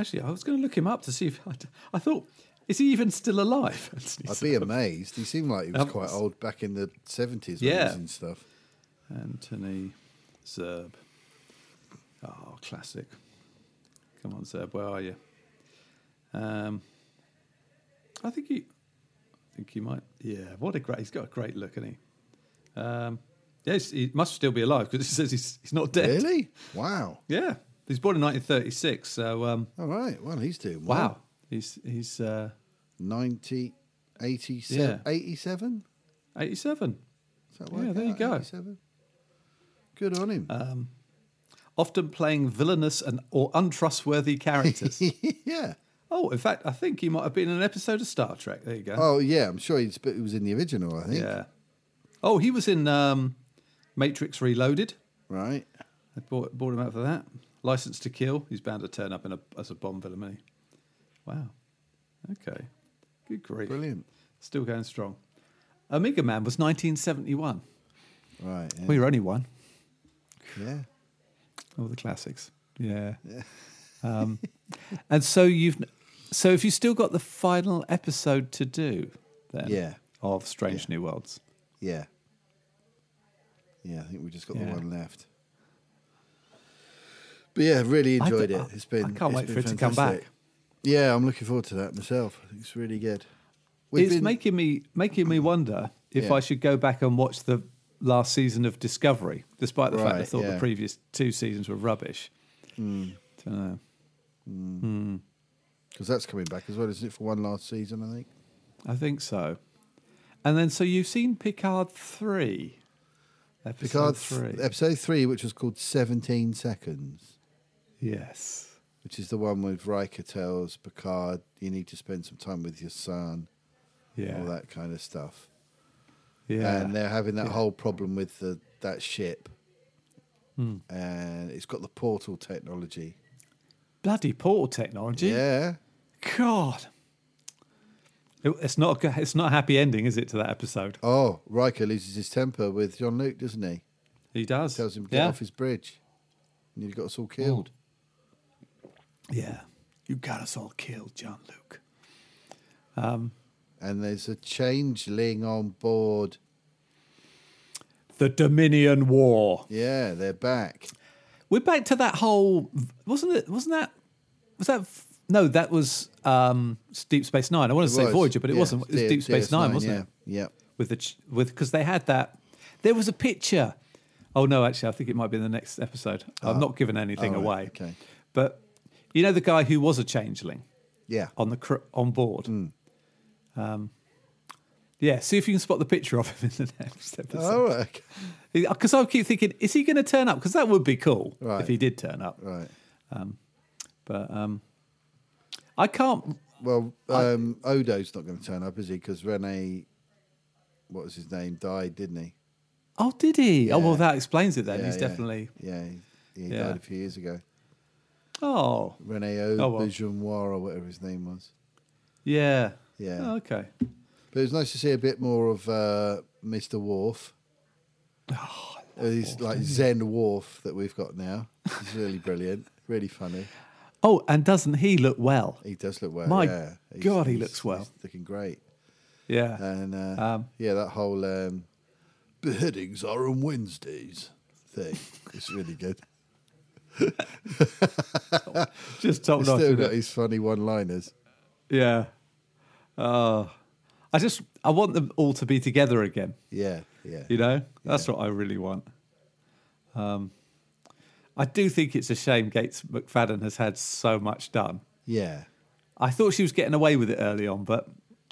Speaker 4: actually, I was going to look him up to see if I, I thought, is he even still alive? Anthony
Speaker 2: I'd be
Speaker 4: Serkis.
Speaker 2: amazed. He seemed like he was
Speaker 4: Um,
Speaker 2: quite old back in the 70s when he was
Speaker 4: Yeah.
Speaker 2: in stuff.
Speaker 4: Anthony Zerb. Oh, classic. Come on, Zerb, where are you? Um, I think he, I think he might. Yeah, what a great. He's got a great look, hasn't he? Um, yes, he must still be alive because it says he's he's not dead.
Speaker 2: Really? Wow.
Speaker 4: Yeah, he was born in 1936. So um,
Speaker 2: All right. Well, he's doing well.
Speaker 4: wow, he's he's uh,
Speaker 2: 90, 87? 87?
Speaker 4: 87.
Speaker 2: Is that
Speaker 4: Yeah,
Speaker 2: work
Speaker 4: there you
Speaker 2: out?
Speaker 4: go. Uh,
Speaker 2: 87? Good on him.
Speaker 4: Often playing villainous and or untrustworthy characters.
Speaker 2: yeah.
Speaker 4: Oh, in fact, I think he might have been in an episode of Star Trek. There you go.
Speaker 2: Oh, yeah. I'm sure he's, but he was in the original, I think.
Speaker 4: yeah. Oh, he was in um, Matrix Reloaded.
Speaker 2: Right.
Speaker 4: I bought, bought him out for that. License to Kill. He's bound to turn up in a, as a bomb villain. isn't he? Wow. Okay. Good grief.
Speaker 2: Brilliant.
Speaker 4: Still going strong. Omega Man was 1971.
Speaker 2: Right. Yeah.
Speaker 4: We were only one.
Speaker 2: yeah.
Speaker 4: All the classics. Yeah. um, and so you've, so if you still got the final episode to do, then
Speaker 2: Yeah.
Speaker 4: of Strange New Worlds.
Speaker 2: Yeah. Yeah, I think we just got the
Speaker 4: Yeah.
Speaker 2: one left. But yeah, really
Speaker 4: I
Speaker 2: enjoyed
Speaker 4: th-
Speaker 2: it. It's been.
Speaker 4: I can't
Speaker 2: it's
Speaker 4: wait for
Speaker 2: been
Speaker 4: it to come
Speaker 2: fantastic.
Speaker 4: back.
Speaker 2: Yeah, I'm looking forward to that myself. I think it's really good. We've
Speaker 4: it's
Speaker 2: been-
Speaker 4: making me making me wonder if
Speaker 2: Yeah.
Speaker 4: I should go back and watch the last season of Discovery, despite the fact I
Speaker 2: Right,
Speaker 4: thought
Speaker 2: yeah.
Speaker 4: the previous two seasons were rubbish. Dunno.
Speaker 2: Because that's coming back as well, isn't it? For one last season, I think.
Speaker 4: I think so. And then, so you've seen Picard three, episode
Speaker 2: Picard
Speaker 4: three,
Speaker 2: th- episode three, which was called 17 Seconds,
Speaker 4: yes,
Speaker 2: which is the one with Riker tells Picard, you need to spend some time with your son,
Speaker 4: yeah,
Speaker 2: all that kind of stuff.
Speaker 4: yeah,
Speaker 2: And they're having that whole problem with the, that ship.
Speaker 4: Hmm.
Speaker 2: And it's got the portal technology.
Speaker 4: bloody portal technology.
Speaker 2: Yeah.
Speaker 4: God, It- it's not a, g- it's not a happy ending, is it, to that episode?
Speaker 2: Oh, Riker loses his temper with John Luke, doesn't he?
Speaker 4: He does
Speaker 2: Tells him to get
Speaker 4: yeah.
Speaker 2: off his bridge. And you've got us all killed.
Speaker 4: yeah, you got us all killed, John Luke.
Speaker 2: And there's a changeling on board.
Speaker 4: The Dominion War.
Speaker 2: Yeah, they're back.
Speaker 4: We're back to that whole wasn't it? Wasn't that was that no? That was um, Deep Space Nine. I want to say
Speaker 2: was,
Speaker 4: Voyager, but it
Speaker 2: yeah,
Speaker 4: wasn't. It was
Speaker 2: D-
Speaker 4: Deep Space Nine,
Speaker 2: DS9,
Speaker 4: wasn't
Speaker 2: yeah.
Speaker 4: it?
Speaker 2: Yep.
Speaker 4: With the ch- with because they had that. There was a picture. Oh no, actually, I think it might be in the next episode. I've not given anything
Speaker 2: all Ah. Oh, right,
Speaker 4: away.
Speaker 2: okay.
Speaker 4: But you know the guy who was a changeling.
Speaker 2: Yeah.
Speaker 4: on the cr- on board.
Speaker 2: Hmm.
Speaker 4: Um, yeah, see if you can spot the picture of him in the next
Speaker 2: All
Speaker 4: episode.
Speaker 2: right.
Speaker 4: Because I keep thinking, is he going to turn up? Because that would be cool
Speaker 2: Right.
Speaker 4: if he did turn up.
Speaker 2: Right.
Speaker 4: But um, I can't.
Speaker 2: Well, um, Odo's not going to turn up, is he? Because Rene, what was his name, died, didn't he?
Speaker 4: Oh, did he? Oh, well,
Speaker 2: Yeah.
Speaker 4: that explains it then.
Speaker 2: Yeah,
Speaker 4: He's
Speaker 2: yeah.
Speaker 4: definitely.
Speaker 2: Yeah, he, he
Speaker 4: Yeah.
Speaker 2: died a few years ago.
Speaker 4: Oh,
Speaker 2: Rene
Speaker 4: Oh, well.
Speaker 2: Aubergenois or whatever his name was.
Speaker 4: yeah.
Speaker 2: Yeah.
Speaker 4: Oh, okay.
Speaker 2: But it was nice to see a bit more of uh, Mr. Wharf. Oh, He's like Zen Wharf that we've got now. He's really brilliant, really funny.
Speaker 4: Oh, and doesn't he look well?
Speaker 2: He does look well.
Speaker 4: My
Speaker 2: yeah. He's-
Speaker 4: God, he
Speaker 2: he's-
Speaker 4: looks well.
Speaker 2: he's looking great.
Speaker 4: Yeah.
Speaker 2: And uh, yeah, that whole um, beheadings are on Wednesdays thing. It's really good.
Speaker 4: Just top notch.
Speaker 2: Still
Speaker 4: isn't it?
Speaker 2: got his funny one-liners.
Speaker 4: Yeah. Oh, I just I want them all to be together again.
Speaker 2: Yeah, yeah,
Speaker 4: You know, that's what I really want. Um, I do think it's a shame Gates McFadden has had so much done.
Speaker 2: yeah,
Speaker 4: I thought she was getting away with it early on, but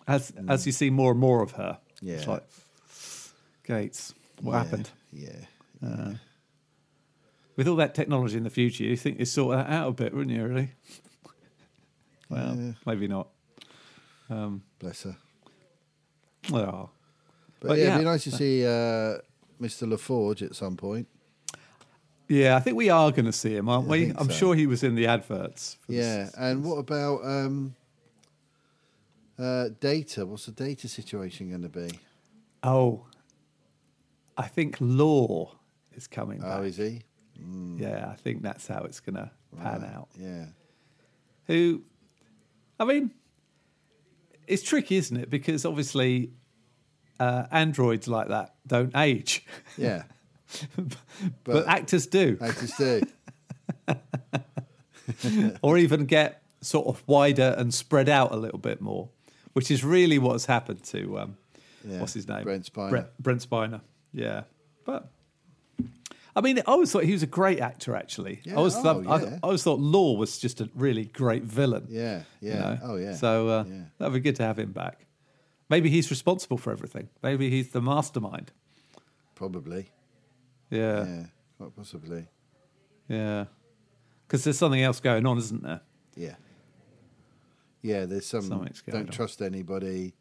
Speaker 4: as as you see more and more of her,
Speaker 2: Mm.
Speaker 4: it's
Speaker 2: Yeah.
Speaker 4: like Gates, what
Speaker 2: yeah,
Speaker 4: happened
Speaker 2: Yeah,
Speaker 4: with all that technology in the future? You think they sort that out a bit, wouldn't you? Really? well,
Speaker 2: Yeah.
Speaker 4: maybe not.
Speaker 2: bless her.
Speaker 4: Oh.
Speaker 2: But,
Speaker 4: But
Speaker 2: yeah,
Speaker 4: yeah.
Speaker 2: it'd be nice to see uh, Mr. LaForge at some point.
Speaker 4: Yeah, I think we are going to see him, aren't
Speaker 2: I
Speaker 4: we?
Speaker 2: think
Speaker 4: I'm
Speaker 2: so.
Speaker 4: sure he was in the adverts. for this.
Speaker 2: Yeah, and what about um, uh, data? What's the data situation going to be?
Speaker 4: Oh, I think Law is coming back.
Speaker 2: Oh, is he?
Speaker 4: Yeah, I think that's how it's going to pan out.
Speaker 2: Yeah,
Speaker 4: Who, I mean, it's tricky, isn't it? Because obviously, uh, androids like that don't age,
Speaker 2: yeah.
Speaker 4: but,
Speaker 2: But-
Speaker 4: actors do,
Speaker 2: Actors do.
Speaker 4: or even get sort of wider and spread out a little bit more, which is really what's happened to. Um,
Speaker 2: Yeah.
Speaker 4: what's his name?
Speaker 2: Brent Spiner.
Speaker 4: Brent, Brent Spiner. Yeah, but I mean, I always thought he was a great actor. Actually, I
Speaker 2: Yeah,
Speaker 4: always
Speaker 2: oh,
Speaker 4: thought I,
Speaker 2: yeah.
Speaker 4: I always thought Law was just a really great villain.
Speaker 2: Yeah, yeah.
Speaker 4: you know?
Speaker 2: Oh, yeah.
Speaker 4: So uh,
Speaker 2: Yeah.
Speaker 4: that'd be good to have him back. Maybe he's responsible for everything. Maybe he's the mastermind.
Speaker 2: probably.
Speaker 4: Yeah, yeah.
Speaker 2: Yeah, quite possibly.
Speaker 4: Because there's something else going on, isn't there?
Speaker 2: Yeah. Yeah, there's some
Speaker 4: Something's going
Speaker 2: don't
Speaker 4: on.
Speaker 2: trust anybody.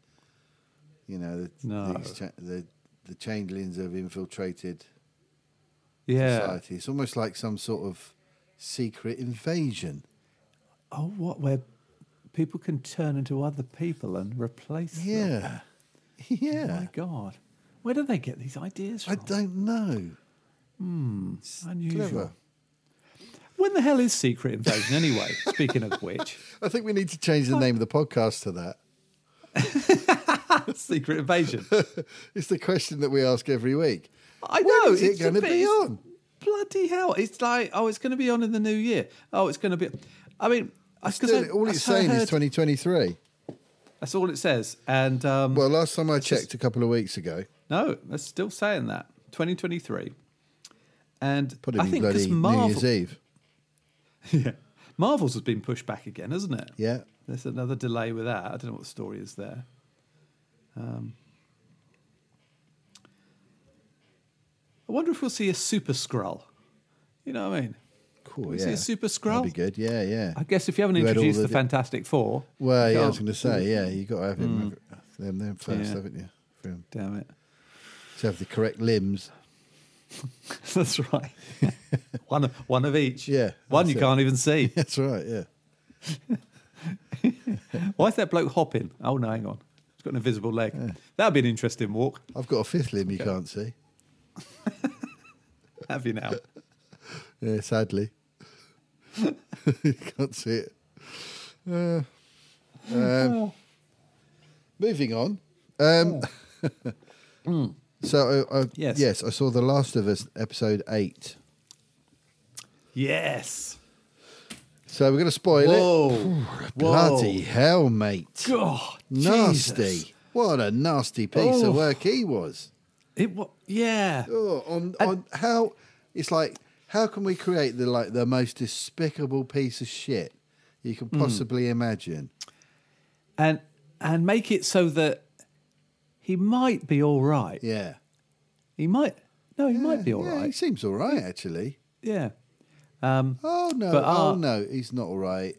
Speaker 2: You know, the,
Speaker 4: No.
Speaker 2: these cha- the the changelings have infiltrated
Speaker 4: Yeah.
Speaker 2: society. It's almost like some sort of secret invasion.
Speaker 4: Oh, what where people can turn into other people and replace them.
Speaker 2: Yeah.
Speaker 4: Oh
Speaker 2: Yeah.
Speaker 4: my God. Where do they get these ideas
Speaker 2: I
Speaker 4: from?
Speaker 2: don't know.
Speaker 4: It's unusual.
Speaker 2: Clever.
Speaker 4: When the hell is Secret Invasion anyway? Speaking of which,
Speaker 2: I think we need to change the name of the podcast to that.
Speaker 4: Secret Invasion.
Speaker 2: It's the question that we ask every week.
Speaker 4: I know.
Speaker 2: When is it
Speaker 4: it's a
Speaker 2: gonna
Speaker 4: bit-
Speaker 2: be
Speaker 4: it's-
Speaker 2: on?
Speaker 4: Bloody hell. It's like, oh, it's going to be on in the new year. Oh, it's going to be. I mean, I- 'cause
Speaker 2: Still,
Speaker 4: I-
Speaker 2: all
Speaker 4: that's
Speaker 2: it's
Speaker 4: how I
Speaker 2: saying is
Speaker 4: heard-
Speaker 2: 2023.
Speaker 4: That's all it says. And um,
Speaker 2: Well, last time I
Speaker 4: just-
Speaker 2: checked a couple of weeks ago,
Speaker 4: no, they're still saying that. 2023. And
Speaker 2: probably
Speaker 4: I think because
Speaker 2: bloody New Year's
Speaker 4: Marvel,
Speaker 2: Eve.
Speaker 4: yeah, Marvel's has been pushed back again, hasn't it?
Speaker 2: Yeah.
Speaker 4: There's another delay with that. I don't know what the story is there. Um, I wonder if we'll see a super scroll. You know what I mean?
Speaker 2: Cool.
Speaker 4: we
Speaker 2: yeah.
Speaker 4: see a Super
Speaker 2: That'd
Speaker 4: Skrull?
Speaker 2: be good. Yeah, yeah.
Speaker 4: I guess if you haven't
Speaker 2: You had all
Speaker 4: introduced
Speaker 2: the
Speaker 4: the,
Speaker 2: di-
Speaker 4: Fantastic Four,
Speaker 2: Well,
Speaker 4: you
Speaker 2: yeah, I was
Speaker 4: can't-
Speaker 2: going to say, yeah, you got to have him, them, them first,
Speaker 4: Hmm. Yeah.
Speaker 2: haven't you? For him
Speaker 4: Damn it,
Speaker 2: to have the correct limbs.
Speaker 4: that's right. one, one of each.
Speaker 2: Yeah,
Speaker 4: one
Speaker 2: that's
Speaker 4: you
Speaker 2: it.
Speaker 4: can't even see.
Speaker 2: That's right. Yeah.
Speaker 4: Why is that bloke hopping? Oh no, hang on, he's got an invisible leg. That'd be an interesting walk.
Speaker 2: I've got a fifth limb you can't see.
Speaker 4: Have you now?
Speaker 2: Yeah, sadly. you can't see it. Uh, um,
Speaker 4: Oh.
Speaker 2: moving on. Um, so, uh, uh,
Speaker 4: Oh. Hmm. Yes.
Speaker 2: yes, I saw The Last of Us episode eight.
Speaker 4: Yes.
Speaker 2: So we're going to spoil it.
Speaker 4: Whoa.
Speaker 2: Bloody hell, mate.
Speaker 4: God.
Speaker 2: Nasty.
Speaker 4: Jesus.
Speaker 2: What a nasty piece
Speaker 4: Oh.
Speaker 2: of work he was.
Speaker 4: It wa Yeah.
Speaker 2: Oh, on
Speaker 4: And-
Speaker 2: on how it's like how can we create the like the most despicable piece of shit you
Speaker 4: Hmm.
Speaker 2: can possibly imagine.
Speaker 4: and and make it so that he might be all right.
Speaker 2: Yeah.
Speaker 4: He might. No, he might be all
Speaker 2: yeah, He
Speaker 4: right.
Speaker 2: seems all right, actually.
Speaker 4: Yeah.
Speaker 2: Oh no!
Speaker 4: But, uh,
Speaker 2: oh no! He's not all right.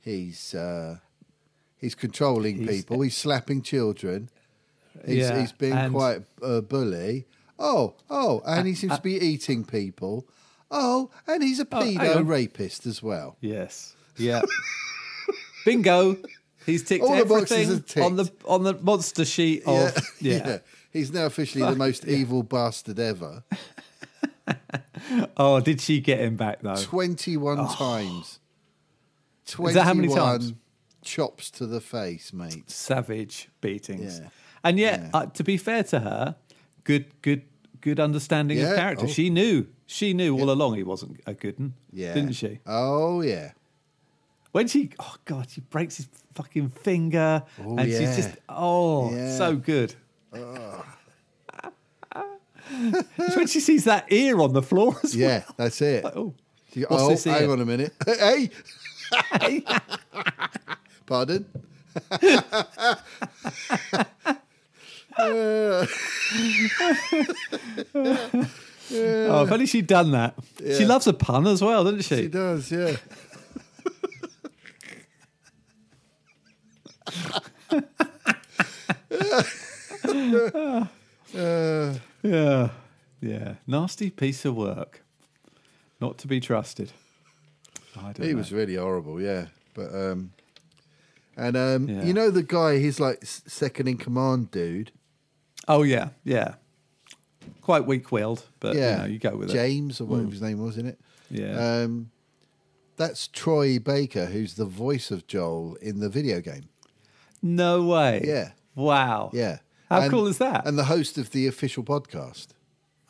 Speaker 2: He's uh, he's controlling
Speaker 4: He's-
Speaker 2: people. He's slapping children. He's,
Speaker 4: Yeah,
Speaker 2: he's being
Speaker 4: and-
Speaker 2: quite a bully. Oh, oh, and he seems to be eating people. Oh, and he's a
Speaker 4: hang
Speaker 2: pedo
Speaker 4: on.
Speaker 2: rapist as well.
Speaker 4: Yes.
Speaker 2: Yeah,
Speaker 4: Bingo. He's ticked
Speaker 2: All the boxes
Speaker 4: everything
Speaker 2: are ticked.
Speaker 4: on the on the monster sheet of Oh, yeah.
Speaker 2: He's now officially the most evil bastard ever.
Speaker 4: Oh, did she get him back though?
Speaker 2: Twenty-one times. Twenty-one
Speaker 4: Oh. that how many times?
Speaker 2: chops to the face, mate.
Speaker 4: Savage beatings.
Speaker 2: Yeah.
Speaker 4: And yet,
Speaker 2: Yeah.
Speaker 4: uh, to be fair to her, good, good, good understanding
Speaker 2: Yeah.
Speaker 4: of character.
Speaker 2: Oh.
Speaker 4: She knew. She knew all along he wasn't a good one.
Speaker 2: Yeah,
Speaker 4: Didn't she?
Speaker 2: Oh yeah.
Speaker 4: When she, oh god, she breaks his fucking finger,
Speaker 2: Oh,
Speaker 4: and
Speaker 2: yeah.
Speaker 4: she's just, oh,
Speaker 2: Yeah.
Speaker 4: so good. it's when she sees that ear on the floor as well.
Speaker 2: Yeah, that's it.
Speaker 4: Oh,
Speaker 2: You-
Speaker 4: what's
Speaker 2: oh,
Speaker 4: this
Speaker 2: hang
Speaker 4: here?
Speaker 2: on a minute. hey,
Speaker 4: hey.
Speaker 2: pardon.
Speaker 4: oh, if only she'd done that. She
Speaker 2: Yeah.
Speaker 4: loves a pun as well, doesn't she?
Speaker 2: She does, yeah. Uh,
Speaker 4: Yeah, yeah. Nasty piece of work, not to be trusted. I don't
Speaker 2: he
Speaker 4: know.
Speaker 2: was really horrible, yeah. But um, and um,
Speaker 4: Yeah.
Speaker 2: you know the guy, he's like s- second in command, dude.
Speaker 4: Oh yeah, yeah. Quite weak-willed, but
Speaker 2: yeah,
Speaker 4: Uh, you know, you go with it. Mm.
Speaker 2: James or whatever his name was, isn't it?
Speaker 4: Yeah.
Speaker 2: Um, that's Troy Baker, who's the voice of Joel in the video game.
Speaker 4: No way.
Speaker 2: Yeah.
Speaker 4: Wow.
Speaker 2: Yeah.
Speaker 4: How cool is that?
Speaker 2: And the host of the official podcast.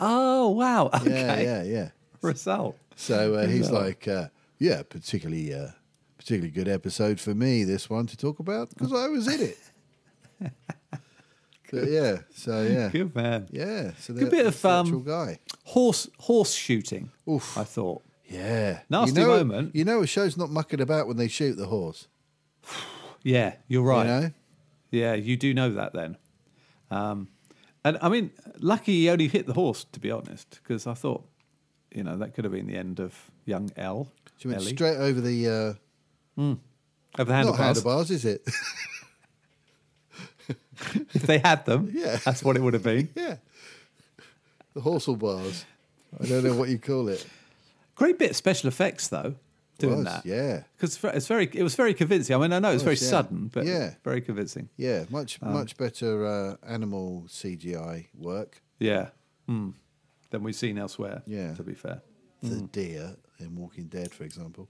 Speaker 4: Oh wow.
Speaker 2: Yeah,
Speaker 4: Okay.
Speaker 2: yeah, yeah.
Speaker 4: Result.
Speaker 2: So uh, he's like, uh, yeah, particularly, uh, particularly good episode for me. This one to talk about because I was in it. But yeah. So yeah.
Speaker 4: Good man.
Speaker 2: Yeah. So
Speaker 4: Good
Speaker 2: that-
Speaker 4: bit of,
Speaker 2: that's the
Speaker 4: um,
Speaker 2: actual guy.
Speaker 4: Horse horse shooting.
Speaker 2: Oof.
Speaker 4: I thought.
Speaker 2: Yeah.
Speaker 4: nasty
Speaker 2: you know,
Speaker 4: moment.
Speaker 2: You know, a show's not mucking about when they shoot the horse.
Speaker 4: Yeah, you're right.
Speaker 2: You know.
Speaker 4: Yeah, you do know that then. Um, and I mean, lucky he only hit the horse, to be honest, because I thought, you know, that could have been the end of young L.
Speaker 2: She went
Speaker 4: Ellie.
Speaker 2: straight over the. Uh,
Speaker 4: Of the
Speaker 2: not
Speaker 4: handlebars.
Speaker 2: handlebars, is it?
Speaker 4: If they had them,
Speaker 2: Yeah.
Speaker 4: that's what it would have been.
Speaker 2: yeah. The horsel bars. I don't know what you call it.
Speaker 4: Great bit of special effects though, doing
Speaker 2: Was,
Speaker 4: that.
Speaker 2: Yeah.
Speaker 4: Because it's very, it was very convincing. I mean, I know it's very
Speaker 2: Was, yeah.
Speaker 4: sudden, but
Speaker 2: Yeah.
Speaker 4: very convincing.
Speaker 2: Yeah. Much,
Speaker 4: Um,
Speaker 2: much better uh, animal CGI work.
Speaker 4: Yeah. Mm. Than we've seen elsewhere.
Speaker 2: Yeah.
Speaker 4: To be fair.
Speaker 2: The
Speaker 4: hmm.
Speaker 2: deer in Walking Dead, for example.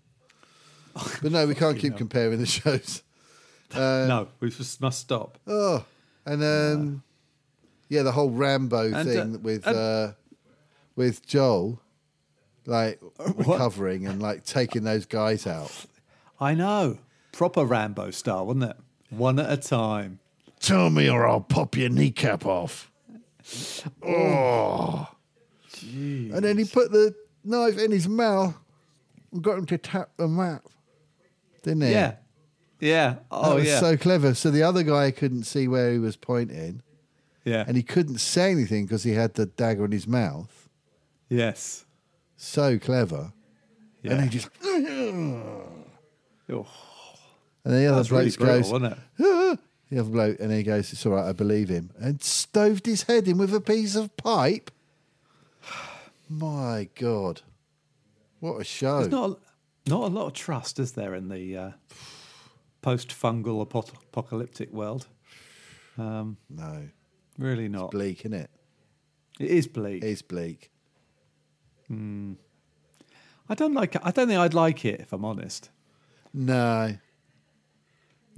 Speaker 2: But no, we can't keep comparing the shows. Uh,
Speaker 4: no, we just must stop.
Speaker 2: Oh, and um, yeah, the whole Rambo
Speaker 4: And, uh,
Speaker 2: thing with
Speaker 4: and-
Speaker 2: uh, with Joel, like
Speaker 4: Uh,
Speaker 2: recovering and like taking those guys out.
Speaker 4: I know. Proper Rambo style, wasn't it? One at a time.
Speaker 2: Tell me, or I'll pop your kneecap off. Oh. And then he put the knife in his mouth and got him to tap the map, didn't he?
Speaker 4: Yeah. Yeah.
Speaker 2: That
Speaker 4: Oh
Speaker 2: was
Speaker 4: yeah.
Speaker 2: so clever. So the other guy couldn't see where he was pointing
Speaker 4: yeah.
Speaker 2: and he couldn't say anything because he had the dagger in his mouth.
Speaker 4: yes.
Speaker 2: So clever.
Speaker 4: Yeah.
Speaker 2: And he just. And
Speaker 4: oh,
Speaker 2: the other
Speaker 4: that's really
Speaker 2: bloke
Speaker 4: brutal,
Speaker 2: goes.
Speaker 4: wasn't it?
Speaker 2: The other bloke, and he goes, "It's all right, I believe him," and stoved his head in with a piece of pipe. My God, what a show!
Speaker 4: There's not a, not a lot of trust, is there, in the uh, post-fungal apo- apocalyptic world?
Speaker 2: no,
Speaker 4: Really not.
Speaker 2: bleak, isn't it?
Speaker 4: It is bleak.
Speaker 2: It's bleak.
Speaker 4: I don't like. it. I don't think I'd like it if I'm honest.
Speaker 2: No,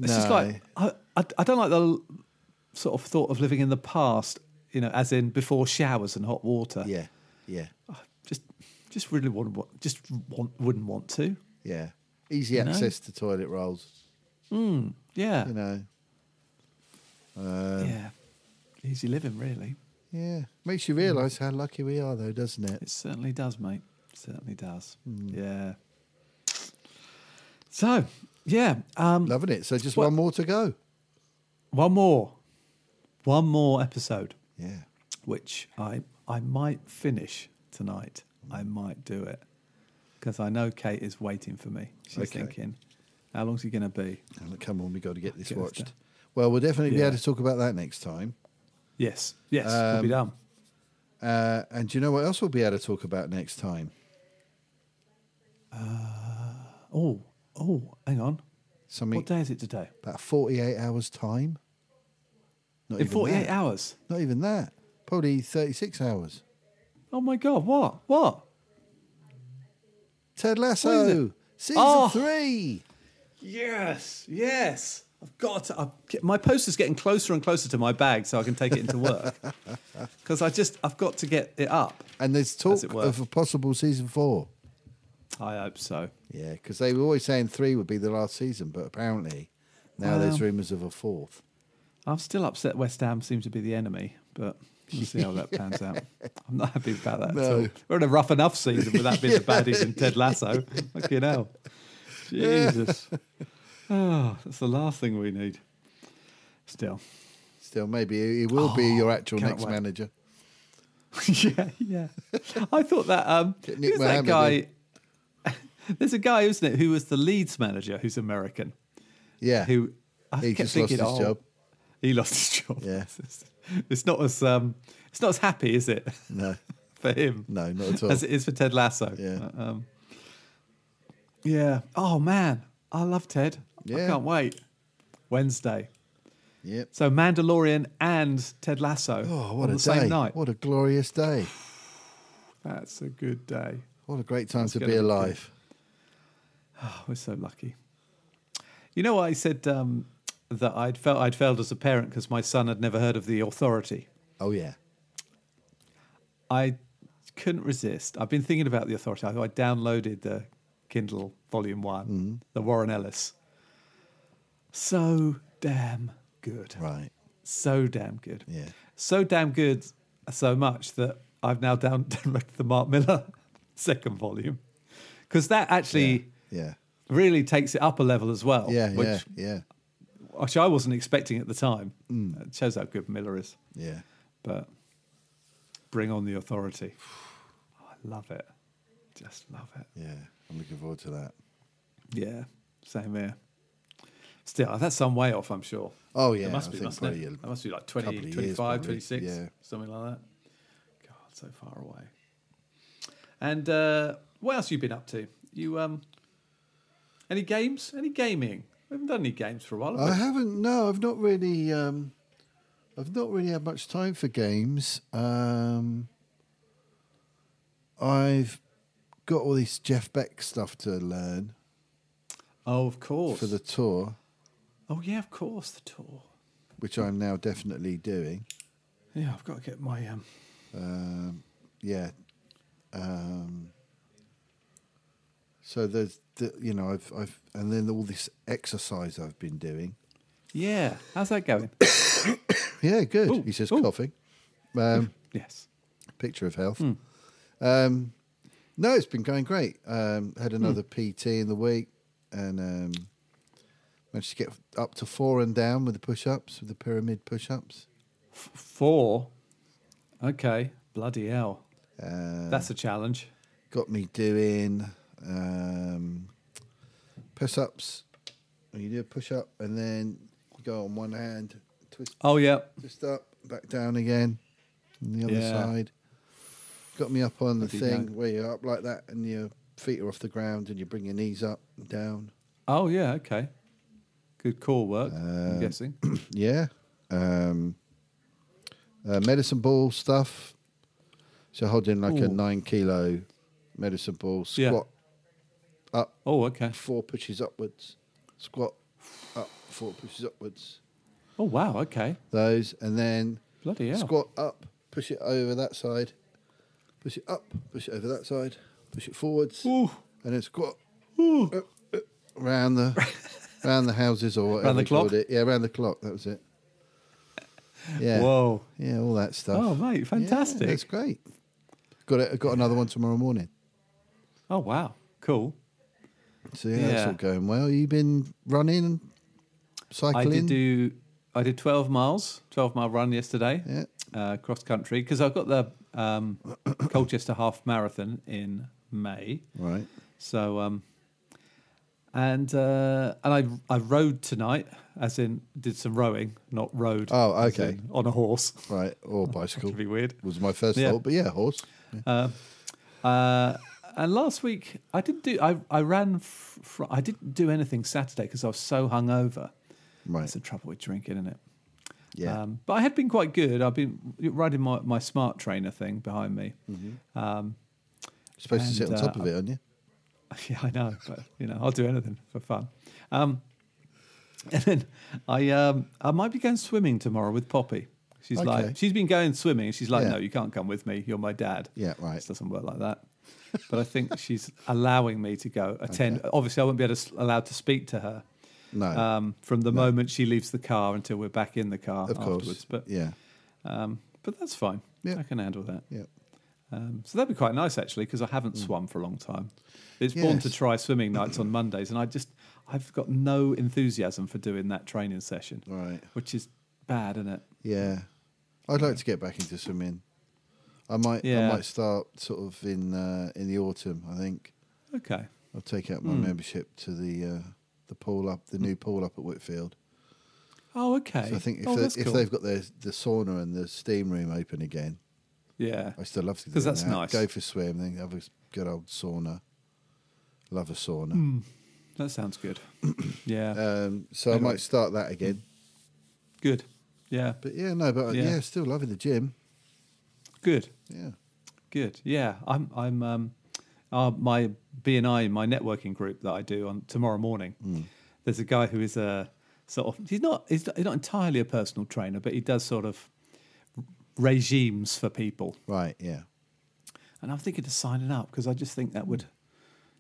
Speaker 4: It's just
Speaker 2: No.
Speaker 4: like I, I. I don't like the l- sort of thought of living in the past. You know, as in before showers and hot water.
Speaker 2: yeah, yeah,
Speaker 4: I just, just really wouldn't want. Just want, wouldn't want to.
Speaker 2: yeah. Easy
Speaker 4: know?
Speaker 2: access to toilet rolls.
Speaker 4: Yeah.
Speaker 2: You know, Um,
Speaker 4: yeah. Easy living, really.
Speaker 2: yeah. Makes you realise how lucky we are, though, doesn't it? Hmm.
Speaker 4: It certainly does, mate. Certainly does. Yeah. So, yeah, um,
Speaker 2: Loving it. So just one more to go.
Speaker 4: one more, one more episode,
Speaker 2: Yeah.
Speaker 4: which I I might finish tonight. I might do it because I know Kate is waiting for me. She's
Speaker 2: Okay.
Speaker 4: thinking, how long's he going to be?
Speaker 2: And come on, we got to get this
Speaker 4: Get this
Speaker 2: watched.
Speaker 4: done.
Speaker 2: Well, we'll definitely be
Speaker 4: Yeah.
Speaker 2: able to talk about that next time.
Speaker 4: Yes, yes, we'll be
Speaker 2: Um,
Speaker 4: done.
Speaker 2: Uh, and do you know what else we'll be able to talk about next time?
Speaker 4: Oh, oh, hang on.
Speaker 2: Something
Speaker 4: what day is it today?
Speaker 2: about 48 hours time? Not
Speaker 4: In
Speaker 2: even
Speaker 4: 48
Speaker 2: that.
Speaker 4: hours.
Speaker 2: Not even that. Probably 36 hours.
Speaker 4: Oh my God, what? What?
Speaker 2: Ted
Speaker 4: What is
Speaker 2: Lasso, season
Speaker 4: Oh.
Speaker 2: three.
Speaker 4: Yes, yes. I've got to, I've, my poster's getting closer and closer to my bag so I can take it into work. Because I just, I've got to get it up.
Speaker 2: And there's talk
Speaker 4: it were.
Speaker 2: of a possible season four.
Speaker 4: I hope so.
Speaker 2: Yeah, because they were always saying three would be the last season, but apparently now there's
Speaker 4: Well.
Speaker 2: rumours of a fourth.
Speaker 4: I'm still upset West Ham seem to be the enemy, but we'll see how that pans out. I'm not happy about that at
Speaker 2: No.
Speaker 4: all. We're in a rough enough season with that being the baddies and Ted Lasso. Fucking hell. Jesus. Oh, that's the last thing we need. Still.
Speaker 2: Still, maybe he will be your actual
Speaker 4: cannot
Speaker 2: next
Speaker 4: Oh, wait.
Speaker 2: manager.
Speaker 4: yeah, yeah. I thought that um
Speaker 2: Get Nick
Speaker 4: who's that
Speaker 2: Mohammed
Speaker 4: guy? There's a guy, isn't it, who was the Leeds manager who's American.
Speaker 2: Yeah,
Speaker 4: Who I
Speaker 2: He
Speaker 4: kept
Speaker 2: just lost
Speaker 4: thinking,
Speaker 2: his
Speaker 4: oh,
Speaker 2: job.
Speaker 4: He lost his job.
Speaker 2: Yeah.
Speaker 4: It's not as um it's not as happy, is it?
Speaker 2: No,
Speaker 4: for him.
Speaker 2: no, not at all.
Speaker 4: As it is for Ted Lasso.
Speaker 2: Yeah.
Speaker 4: Uh, Um, yeah. Oh man, I love Ted.
Speaker 2: Yeah.
Speaker 4: I can't wait. Wednesday.
Speaker 2: Yep.
Speaker 4: So Mandalorian and Ted Lasso
Speaker 2: Oh, what
Speaker 4: on
Speaker 2: a
Speaker 4: the same
Speaker 2: day!
Speaker 4: night.
Speaker 2: What a glorious day!
Speaker 4: That's a good day.
Speaker 2: What a great time to
Speaker 4: gonna
Speaker 2: be
Speaker 4: be good.
Speaker 2: alive.
Speaker 4: Oh, we're so lucky. You know, I said um, that I'd felt I'd failed as a parent because my son had never heard of the authority.
Speaker 2: Oh yeah,
Speaker 4: I couldn't resist. I've been thinking about the authority. I, I downloaded the Kindle Volume One,
Speaker 2: Mm-hmm.
Speaker 4: the Warren Ellis. So damn good.
Speaker 2: right.
Speaker 4: So damn good.
Speaker 2: Yeah.
Speaker 4: So damn good, so much that I've now down- downloaded the Mark Miller second volume because that actually
Speaker 2: Yeah,
Speaker 4: really takes it up a level as well.
Speaker 2: yeah,
Speaker 4: Oh, which,
Speaker 2: yeah, yeah,
Speaker 4: which I wasn't expecting at the time.
Speaker 2: Hmm.
Speaker 4: It shows how good Miller is.
Speaker 2: yeah.
Speaker 4: But bring on the authority. I love it. Just love it.
Speaker 2: Yeah, I'm looking forward to that.
Speaker 4: Yeah, same here. Still, that's some way off, I'm sure.
Speaker 2: Oh
Speaker 4: It
Speaker 2: yeah,
Speaker 4: must
Speaker 2: I
Speaker 4: be,
Speaker 2: think
Speaker 4: mustn't
Speaker 2: probably
Speaker 4: it?
Speaker 2: a-
Speaker 4: It must be like
Speaker 2: couple of
Speaker 4: 20,
Speaker 2: years
Speaker 4: 25,
Speaker 2: probably,
Speaker 4: 26,
Speaker 2: yeah.
Speaker 4: something like that. God, so far away. And uh, what else you been up to? You um, any games? Any gaming? We haven't done any games for a while. Have
Speaker 2: I
Speaker 4: we?
Speaker 2: haven't. No, I've not really. Um, I've not really had much time for games. Um, I've got all this Jeff Beck stuff to learn
Speaker 4: Oh, of course.
Speaker 2: for the tour,
Speaker 4: oh yeah, of course the tour.
Speaker 2: which I'm now definitely doing.
Speaker 4: Yeah, I've got to get my um.
Speaker 2: Um, yeah. Um, so there's, the, you know, I've, I've, and then all this exercise I've been doing.
Speaker 4: Yeah, how's that going?
Speaker 2: Yeah, good.
Speaker 4: Ooh,
Speaker 2: he says
Speaker 4: ooh.
Speaker 2: coughing. Um,
Speaker 4: yes.
Speaker 2: picture of
Speaker 4: Hmm.
Speaker 2: health. Um, no, it's been going great. Um, had
Speaker 4: Hmm.
Speaker 2: another PT in the week and um, managed to get up to four and down with the push ups, with the pyramid push ups.
Speaker 4: Four. Okay. Bloody hell.
Speaker 2: Uh,
Speaker 4: That's a challenge.
Speaker 2: got me doing um, push ups. You do a push up and then you go on one hand, twist,
Speaker 4: Oh yeah.
Speaker 2: twist up, back down again on the other
Speaker 4: Yeah.
Speaker 2: side. Got me up on the
Speaker 4: Bloody
Speaker 2: thing
Speaker 4: no.
Speaker 2: where you're up like that and your feet are off the ground and you bring your knees up and down.
Speaker 4: Oh yeah. Okay. Good core work. I'm
Speaker 2: Um,
Speaker 4: guessing.
Speaker 2: Yeah. Um, uh, medicine ball stuff. So holding like a
Speaker 4: Ooh.
Speaker 2: nine kilo medicine ball
Speaker 4: Yeah.
Speaker 2: squat
Speaker 4: Oh okay.
Speaker 2: four pushes upwards, squat up four pushes upwards.
Speaker 4: Oh wow. Okay.
Speaker 2: Those and then
Speaker 4: Bloody hell.
Speaker 2: squat up, push it over that side, push it up, push it over that side, push it forwards,
Speaker 4: Ooh.
Speaker 2: and then squat
Speaker 4: Ooh.
Speaker 2: round the round the houses or whatever
Speaker 4: the
Speaker 2: they called
Speaker 4: clock?
Speaker 2: it. Yeah, round the clock. That was it. Yeah.
Speaker 4: Whoa.
Speaker 2: Yeah, all that stuff.
Speaker 4: Oh mate,
Speaker 2: Yeah,
Speaker 4: fantastic.
Speaker 2: that's great. Got it. Got another one tomorrow morning.
Speaker 4: oh wow. Cool.
Speaker 2: So yeah, that's
Speaker 4: Yeah.
Speaker 2: all going well. You been running, and
Speaker 4: I
Speaker 2: cycling?
Speaker 4: did do I did 12 miles, 12 mile run yesterday,
Speaker 2: Yeah.
Speaker 4: uh, cross country because I've got the um, Colchester half marathon in May.
Speaker 2: Right.
Speaker 4: So um, and uh, and I I rode tonight, as in did some rowing, not rode.
Speaker 2: Oh,
Speaker 4: as
Speaker 2: okay.
Speaker 4: in on a horse.
Speaker 2: Right. Or bicycle.
Speaker 4: Could be weird.
Speaker 2: Was my first
Speaker 4: Yeah.
Speaker 2: thought, but yeah, horse.
Speaker 4: Uh, and last week I didn't do. I I ran. Fr- fr- I didn't do anything Saturday because I was so hungover.
Speaker 2: Right.
Speaker 4: That's the trouble with drinking, isn't it?
Speaker 2: yeah.
Speaker 4: Um, but I had been quite good. I've been riding my, my smart trainer thing behind me.
Speaker 2: Mm-hmm. You're supposed to sit on
Speaker 4: and,
Speaker 2: top
Speaker 4: uh,
Speaker 2: of it, aren't you?
Speaker 4: Yeah, I know, but you know, I'll do anything for fun. Um, and then I um, I might be going swimming tomorrow with Poppy. She's
Speaker 2: Okay.
Speaker 4: like, she's been going swimming. She's like,
Speaker 2: Yeah.
Speaker 4: no, you can't come with me. You're my dad.
Speaker 2: Yeah, right.
Speaker 4: This doesn't work like that. But I think she's allowing me to go attend. Obviously, I won't be able to, s- allowed to speak to her
Speaker 2: No.
Speaker 4: um, from the moment she leaves the car until we're back in the car
Speaker 2: of
Speaker 4: afterwards.
Speaker 2: course.
Speaker 4: But
Speaker 2: yeah.
Speaker 4: um, but that's fine.
Speaker 2: Yeah.
Speaker 4: I can handle that.
Speaker 2: Yeah.
Speaker 4: Um, so that'd be quite nice actually, because I haven't swum for a long time. It's born to
Speaker 2: Hmm. Yes.
Speaker 4: try swimming nights on Mondays, and I just I've got no enthusiasm for doing that training session,
Speaker 2: Right.
Speaker 4: which is bad, isn't it?
Speaker 2: Yeah. I'd like to get back into swimming. I might.
Speaker 4: Yeah.
Speaker 2: I might start sort of in uh, in the autumn. I think
Speaker 4: Okay,
Speaker 2: I'll take out my
Speaker 4: Hmm.
Speaker 2: membership to the uh, the pool up the new pool up at Whitfield.
Speaker 4: oh okay.
Speaker 2: So I think if,
Speaker 4: oh,
Speaker 2: they,
Speaker 4: that's
Speaker 2: if
Speaker 4: cool.
Speaker 2: they've got their the sauna and the steam room open again,
Speaker 4: yeah,
Speaker 2: I still love to do
Speaker 4: 'Cause that's
Speaker 2: that.
Speaker 4: nice.
Speaker 2: Go for a swim, then have a good old sauna. Love a sauna.
Speaker 4: that sounds good. yeah,
Speaker 2: Um, so I might start that again.
Speaker 4: good. Yeah,
Speaker 2: But yeah, no, but uh, yeah,
Speaker 4: Yeah.
Speaker 2: still loving the gym.
Speaker 4: good.
Speaker 2: Yeah.
Speaker 4: Good. Yeah, I'm. I'm. Um, uh, my BNI, my networking group that I do on tomorrow morning. There's a guy who is a sort of. He's not. He's not, he's not entirely a personal trainer, but he does sort of regimes for people.
Speaker 2: Right. Yeah.
Speaker 4: And I'm thinking of signing up because I just think that would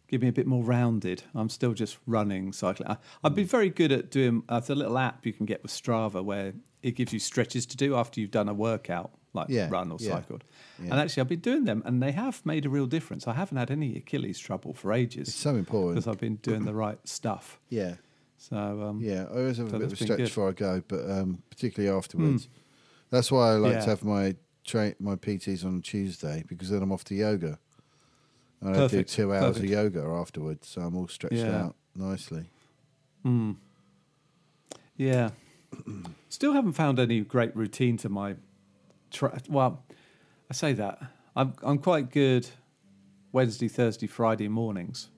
Speaker 4: give me a bit more rounded. I'm still just running, cycling. I, I'd be
Speaker 2: Hmm.
Speaker 4: very good at doing. Uh, there's a little app you can get with Strava where it gives you stretches to do after you've done a workout, like
Speaker 2: Yeah,
Speaker 4: run or
Speaker 2: yeah,
Speaker 4: cycled.
Speaker 2: yeah.
Speaker 4: And actually, I've been doing them, and they have made a real difference. I haven't had any Achilles trouble for ages.
Speaker 2: It's so important.
Speaker 4: because I've been doing the right stuff.
Speaker 2: Yeah.
Speaker 4: So um,
Speaker 2: Yeah. I always have
Speaker 4: So
Speaker 2: a bit of a
Speaker 4: that's been
Speaker 2: stretch
Speaker 4: good. Hmm.
Speaker 2: before I go, but um, particularly afterwards. That's why I like
Speaker 4: Yeah.
Speaker 2: to have my tra- my PTs on Tuesday because then I'm off to yoga. And I do
Speaker 4: Perfect,
Speaker 2: two hours of
Speaker 4: perfect.
Speaker 2: yoga afterwards, so I'm all stretched
Speaker 4: Yeah.
Speaker 2: out nicely.
Speaker 4: Yeah. Still haven't found any great routine to my. Tra- well, I say that I'm I'm quite good. Wednesday, Thursday, Friday mornings,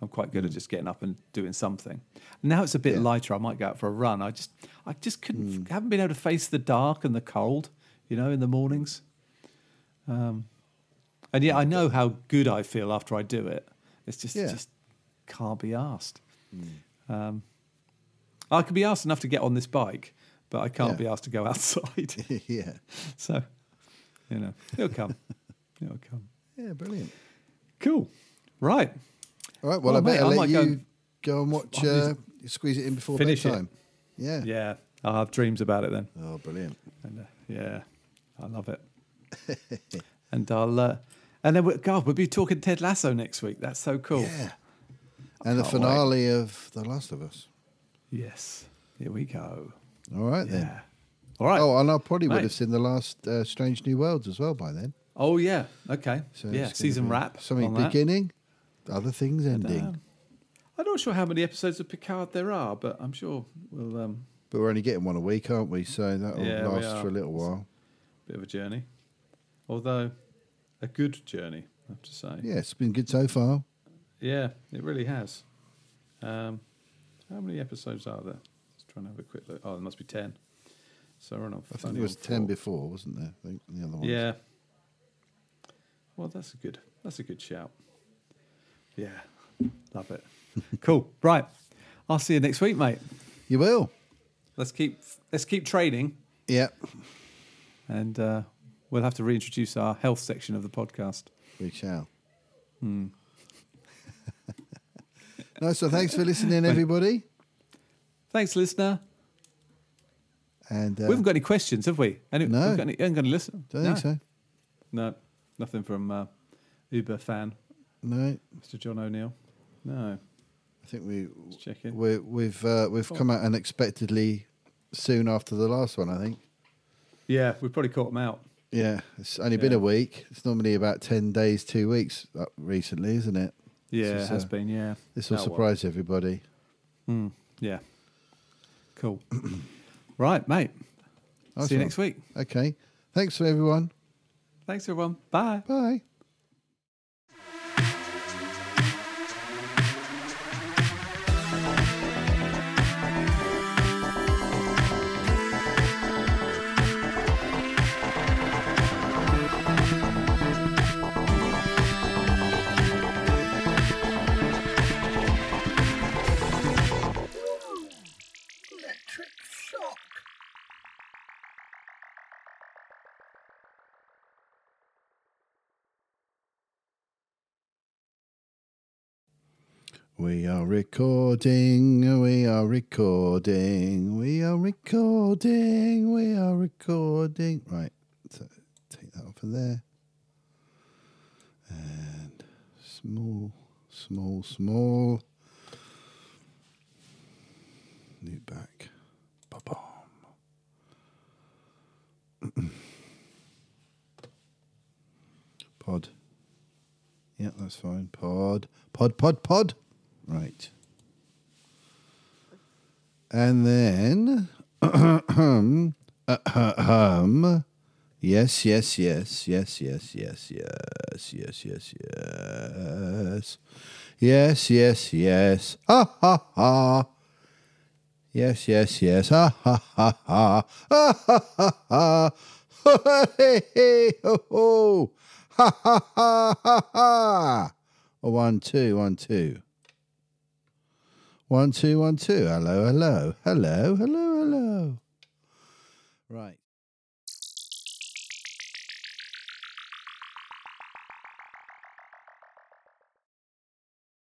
Speaker 4: I'm quite good at just getting up and doing something. Now it's a bit
Speaker 2: Yeah. Hmm.
Speaker 4: lighter. I might go out for a run. I just I just couldn't haven't been able to face the dark and the cold, you know, in the mornings. Um, and yeah, I know how good I feel after I do it. It's just
Speaker 2: Yeah.
Speaker 4: just can't be asked. I can be asked enough to get on this bike, but I can't
Speaker 2: Yeah.
Speaker 4: be asked to go outside.
Speaker 2: yeah.
Speaker 4: so, you know, it'll come. it'll come.
Speaker 2: Yeah. Brilliant.
Speaker 4: Cool. Right.
Speaker 2: All right. Well,
Speaker 4: Well,
Speaker 2: I
Speaker 4: mate,
Speaker 2: better
Speaker 4: I
Speaker 2: let
Speaker 4: might
Speaker 2: you
Speaker 4: go-
Speaker 2: go, and watch. Uh, squeeze it in before
Speaker 4: Finish it.
Speaker 2: bedtime. Yeah.
Speaker 4: Yeah. I'll have dreams about it then.
Speaker 2: Oh, brilliant.
Speaker 4: And uh, yeah, I love it. and I'll, uh, and then, we God, we'll be talking Ted Lasso next week. That's so cool.
Speaker 2: Yeah. And the
Speaker 4: can't wait.
Speaker 2: finale of The Last of Us.
Speaker 4: Yes. Here we go.
Speaker 2: All right then.
Speaker 4: Yeah. All right.
Speaker 2: Oh,
Speaker 4: Oh,
Speaker 2: and I probably would
Speaker 4: Mate.
Speaker 2: have seen the last uh, Strange New Worlds as well by then.
Speaker 4: Oh, yeah. Okay.
Speaker 2: So it's
Speaker 4: yeah.
Speaker 2: gonna
Speaker 4: Season
Speaker 2: be
Speaker 4: wrap.
Speaker 2: Something
Speaker 4: on that.
Speaker 2: beginning, other things ending.
Speaker 4: Um, I'm not sure how many episodes of Picard there are, but I'm sure we'll um,
Speaker 2: But we're only getting one a week, aren't we? So that'll
Speaker 4: Yeah, we
Speaker 2: last for a
Speaker 4: are.
Speaker 2: little while.
Speaker 4: bit of a journey, although a good journey, I have to say.
Speaker 2: Yeah, it's been good so far.
Speaker 4: Yeah, it really has. Um, how many episodes are there? Just trying to have a quick look. Oh, there must be ten. So we're on.
Speaker 2: I think there was ten before, wasn't there? I think the other one.
Speaker 4: Yeah. Well, that's a good. That's a good shout. Yeah, love it. cool. Right. I'll see you next week, mate.
Speaker 2: You will.
Speaker 4: Let's keep. Let's keep trading.
Speaker 2: Yeah.
Speaker 4: and uh, we'll have to reintroduce our health section of the podcast.
Speaker 2: We shall.
Speaker 4: Hmm.
Speaker 2: no, so thanks for listening, everybody.
Speaker 4: Thanks, listener.
Speaker 2: And uh,
Speaker 4: We haven't got any questions, have we? Any,
Speaker 2: No.
Speaker 4: We've got any, we haven't got any listen.
Speaker 2: don't
Speaker 4: no.
Speaker 2: think so.
Speaker 4: No, nothing from uh, Uber fan,
Speaker 2: No.
Speaker 4: Mr. John O'Neill. No.
Speaker 2: I think we
Speaker 4: checking.
Speaker 2: we we've uh, we've come out unexpectedly soon after the last one. I think.
Speaker 4: Yeah, we probably caught them out.
Speaker 2: Yeah, it's only been
Speaker 4: Yeah.
Speaker 2: a week. It's normally about ten days, two weeks up recently, isn't it?
Speaker 4: Yeah,
Speaker 2: This
Speaker 4: it
Speaker 2: is,
Speaker 4: has
Speaker 2: uh,
Speaker 4: been. Yeah,
Speaker 2: This will
Speaker 4: That one.
Speaker 2: surprise everybody.
Speaker 4: Yeah, cool. right, mate.
Speaker 2: Nice
Speaker 4: See you
Speaker 2: one.
Speaker 4: next week.
Speaker 2: Okay, thanks for everyone.
Speaker 4: Thanks, everyone. Bye.
Speaker 2: Bye.
Speaker 1: Electric shock.
Speaker 2: We are recording, we are recording, we are recording, we are recording. Right, so take that off of there. And small, small, small. New back. Ba bomb. Pod. Yeah, that's fine. Pod, pod, pod, pod. Right. And then, um, yes, yes, yes, yes, yes, yes, yes, yes, yes, yes, yes, yes, yes, ha ha ha. Yes, yes, yes, ha ha ha ha, ha ha ha ha, ho ho hey, hey, ho ho, ha ha ha ha ha. Oh, one, two, one, two. One, two, one, two. Hello, hello, hello, hello, hello. Right.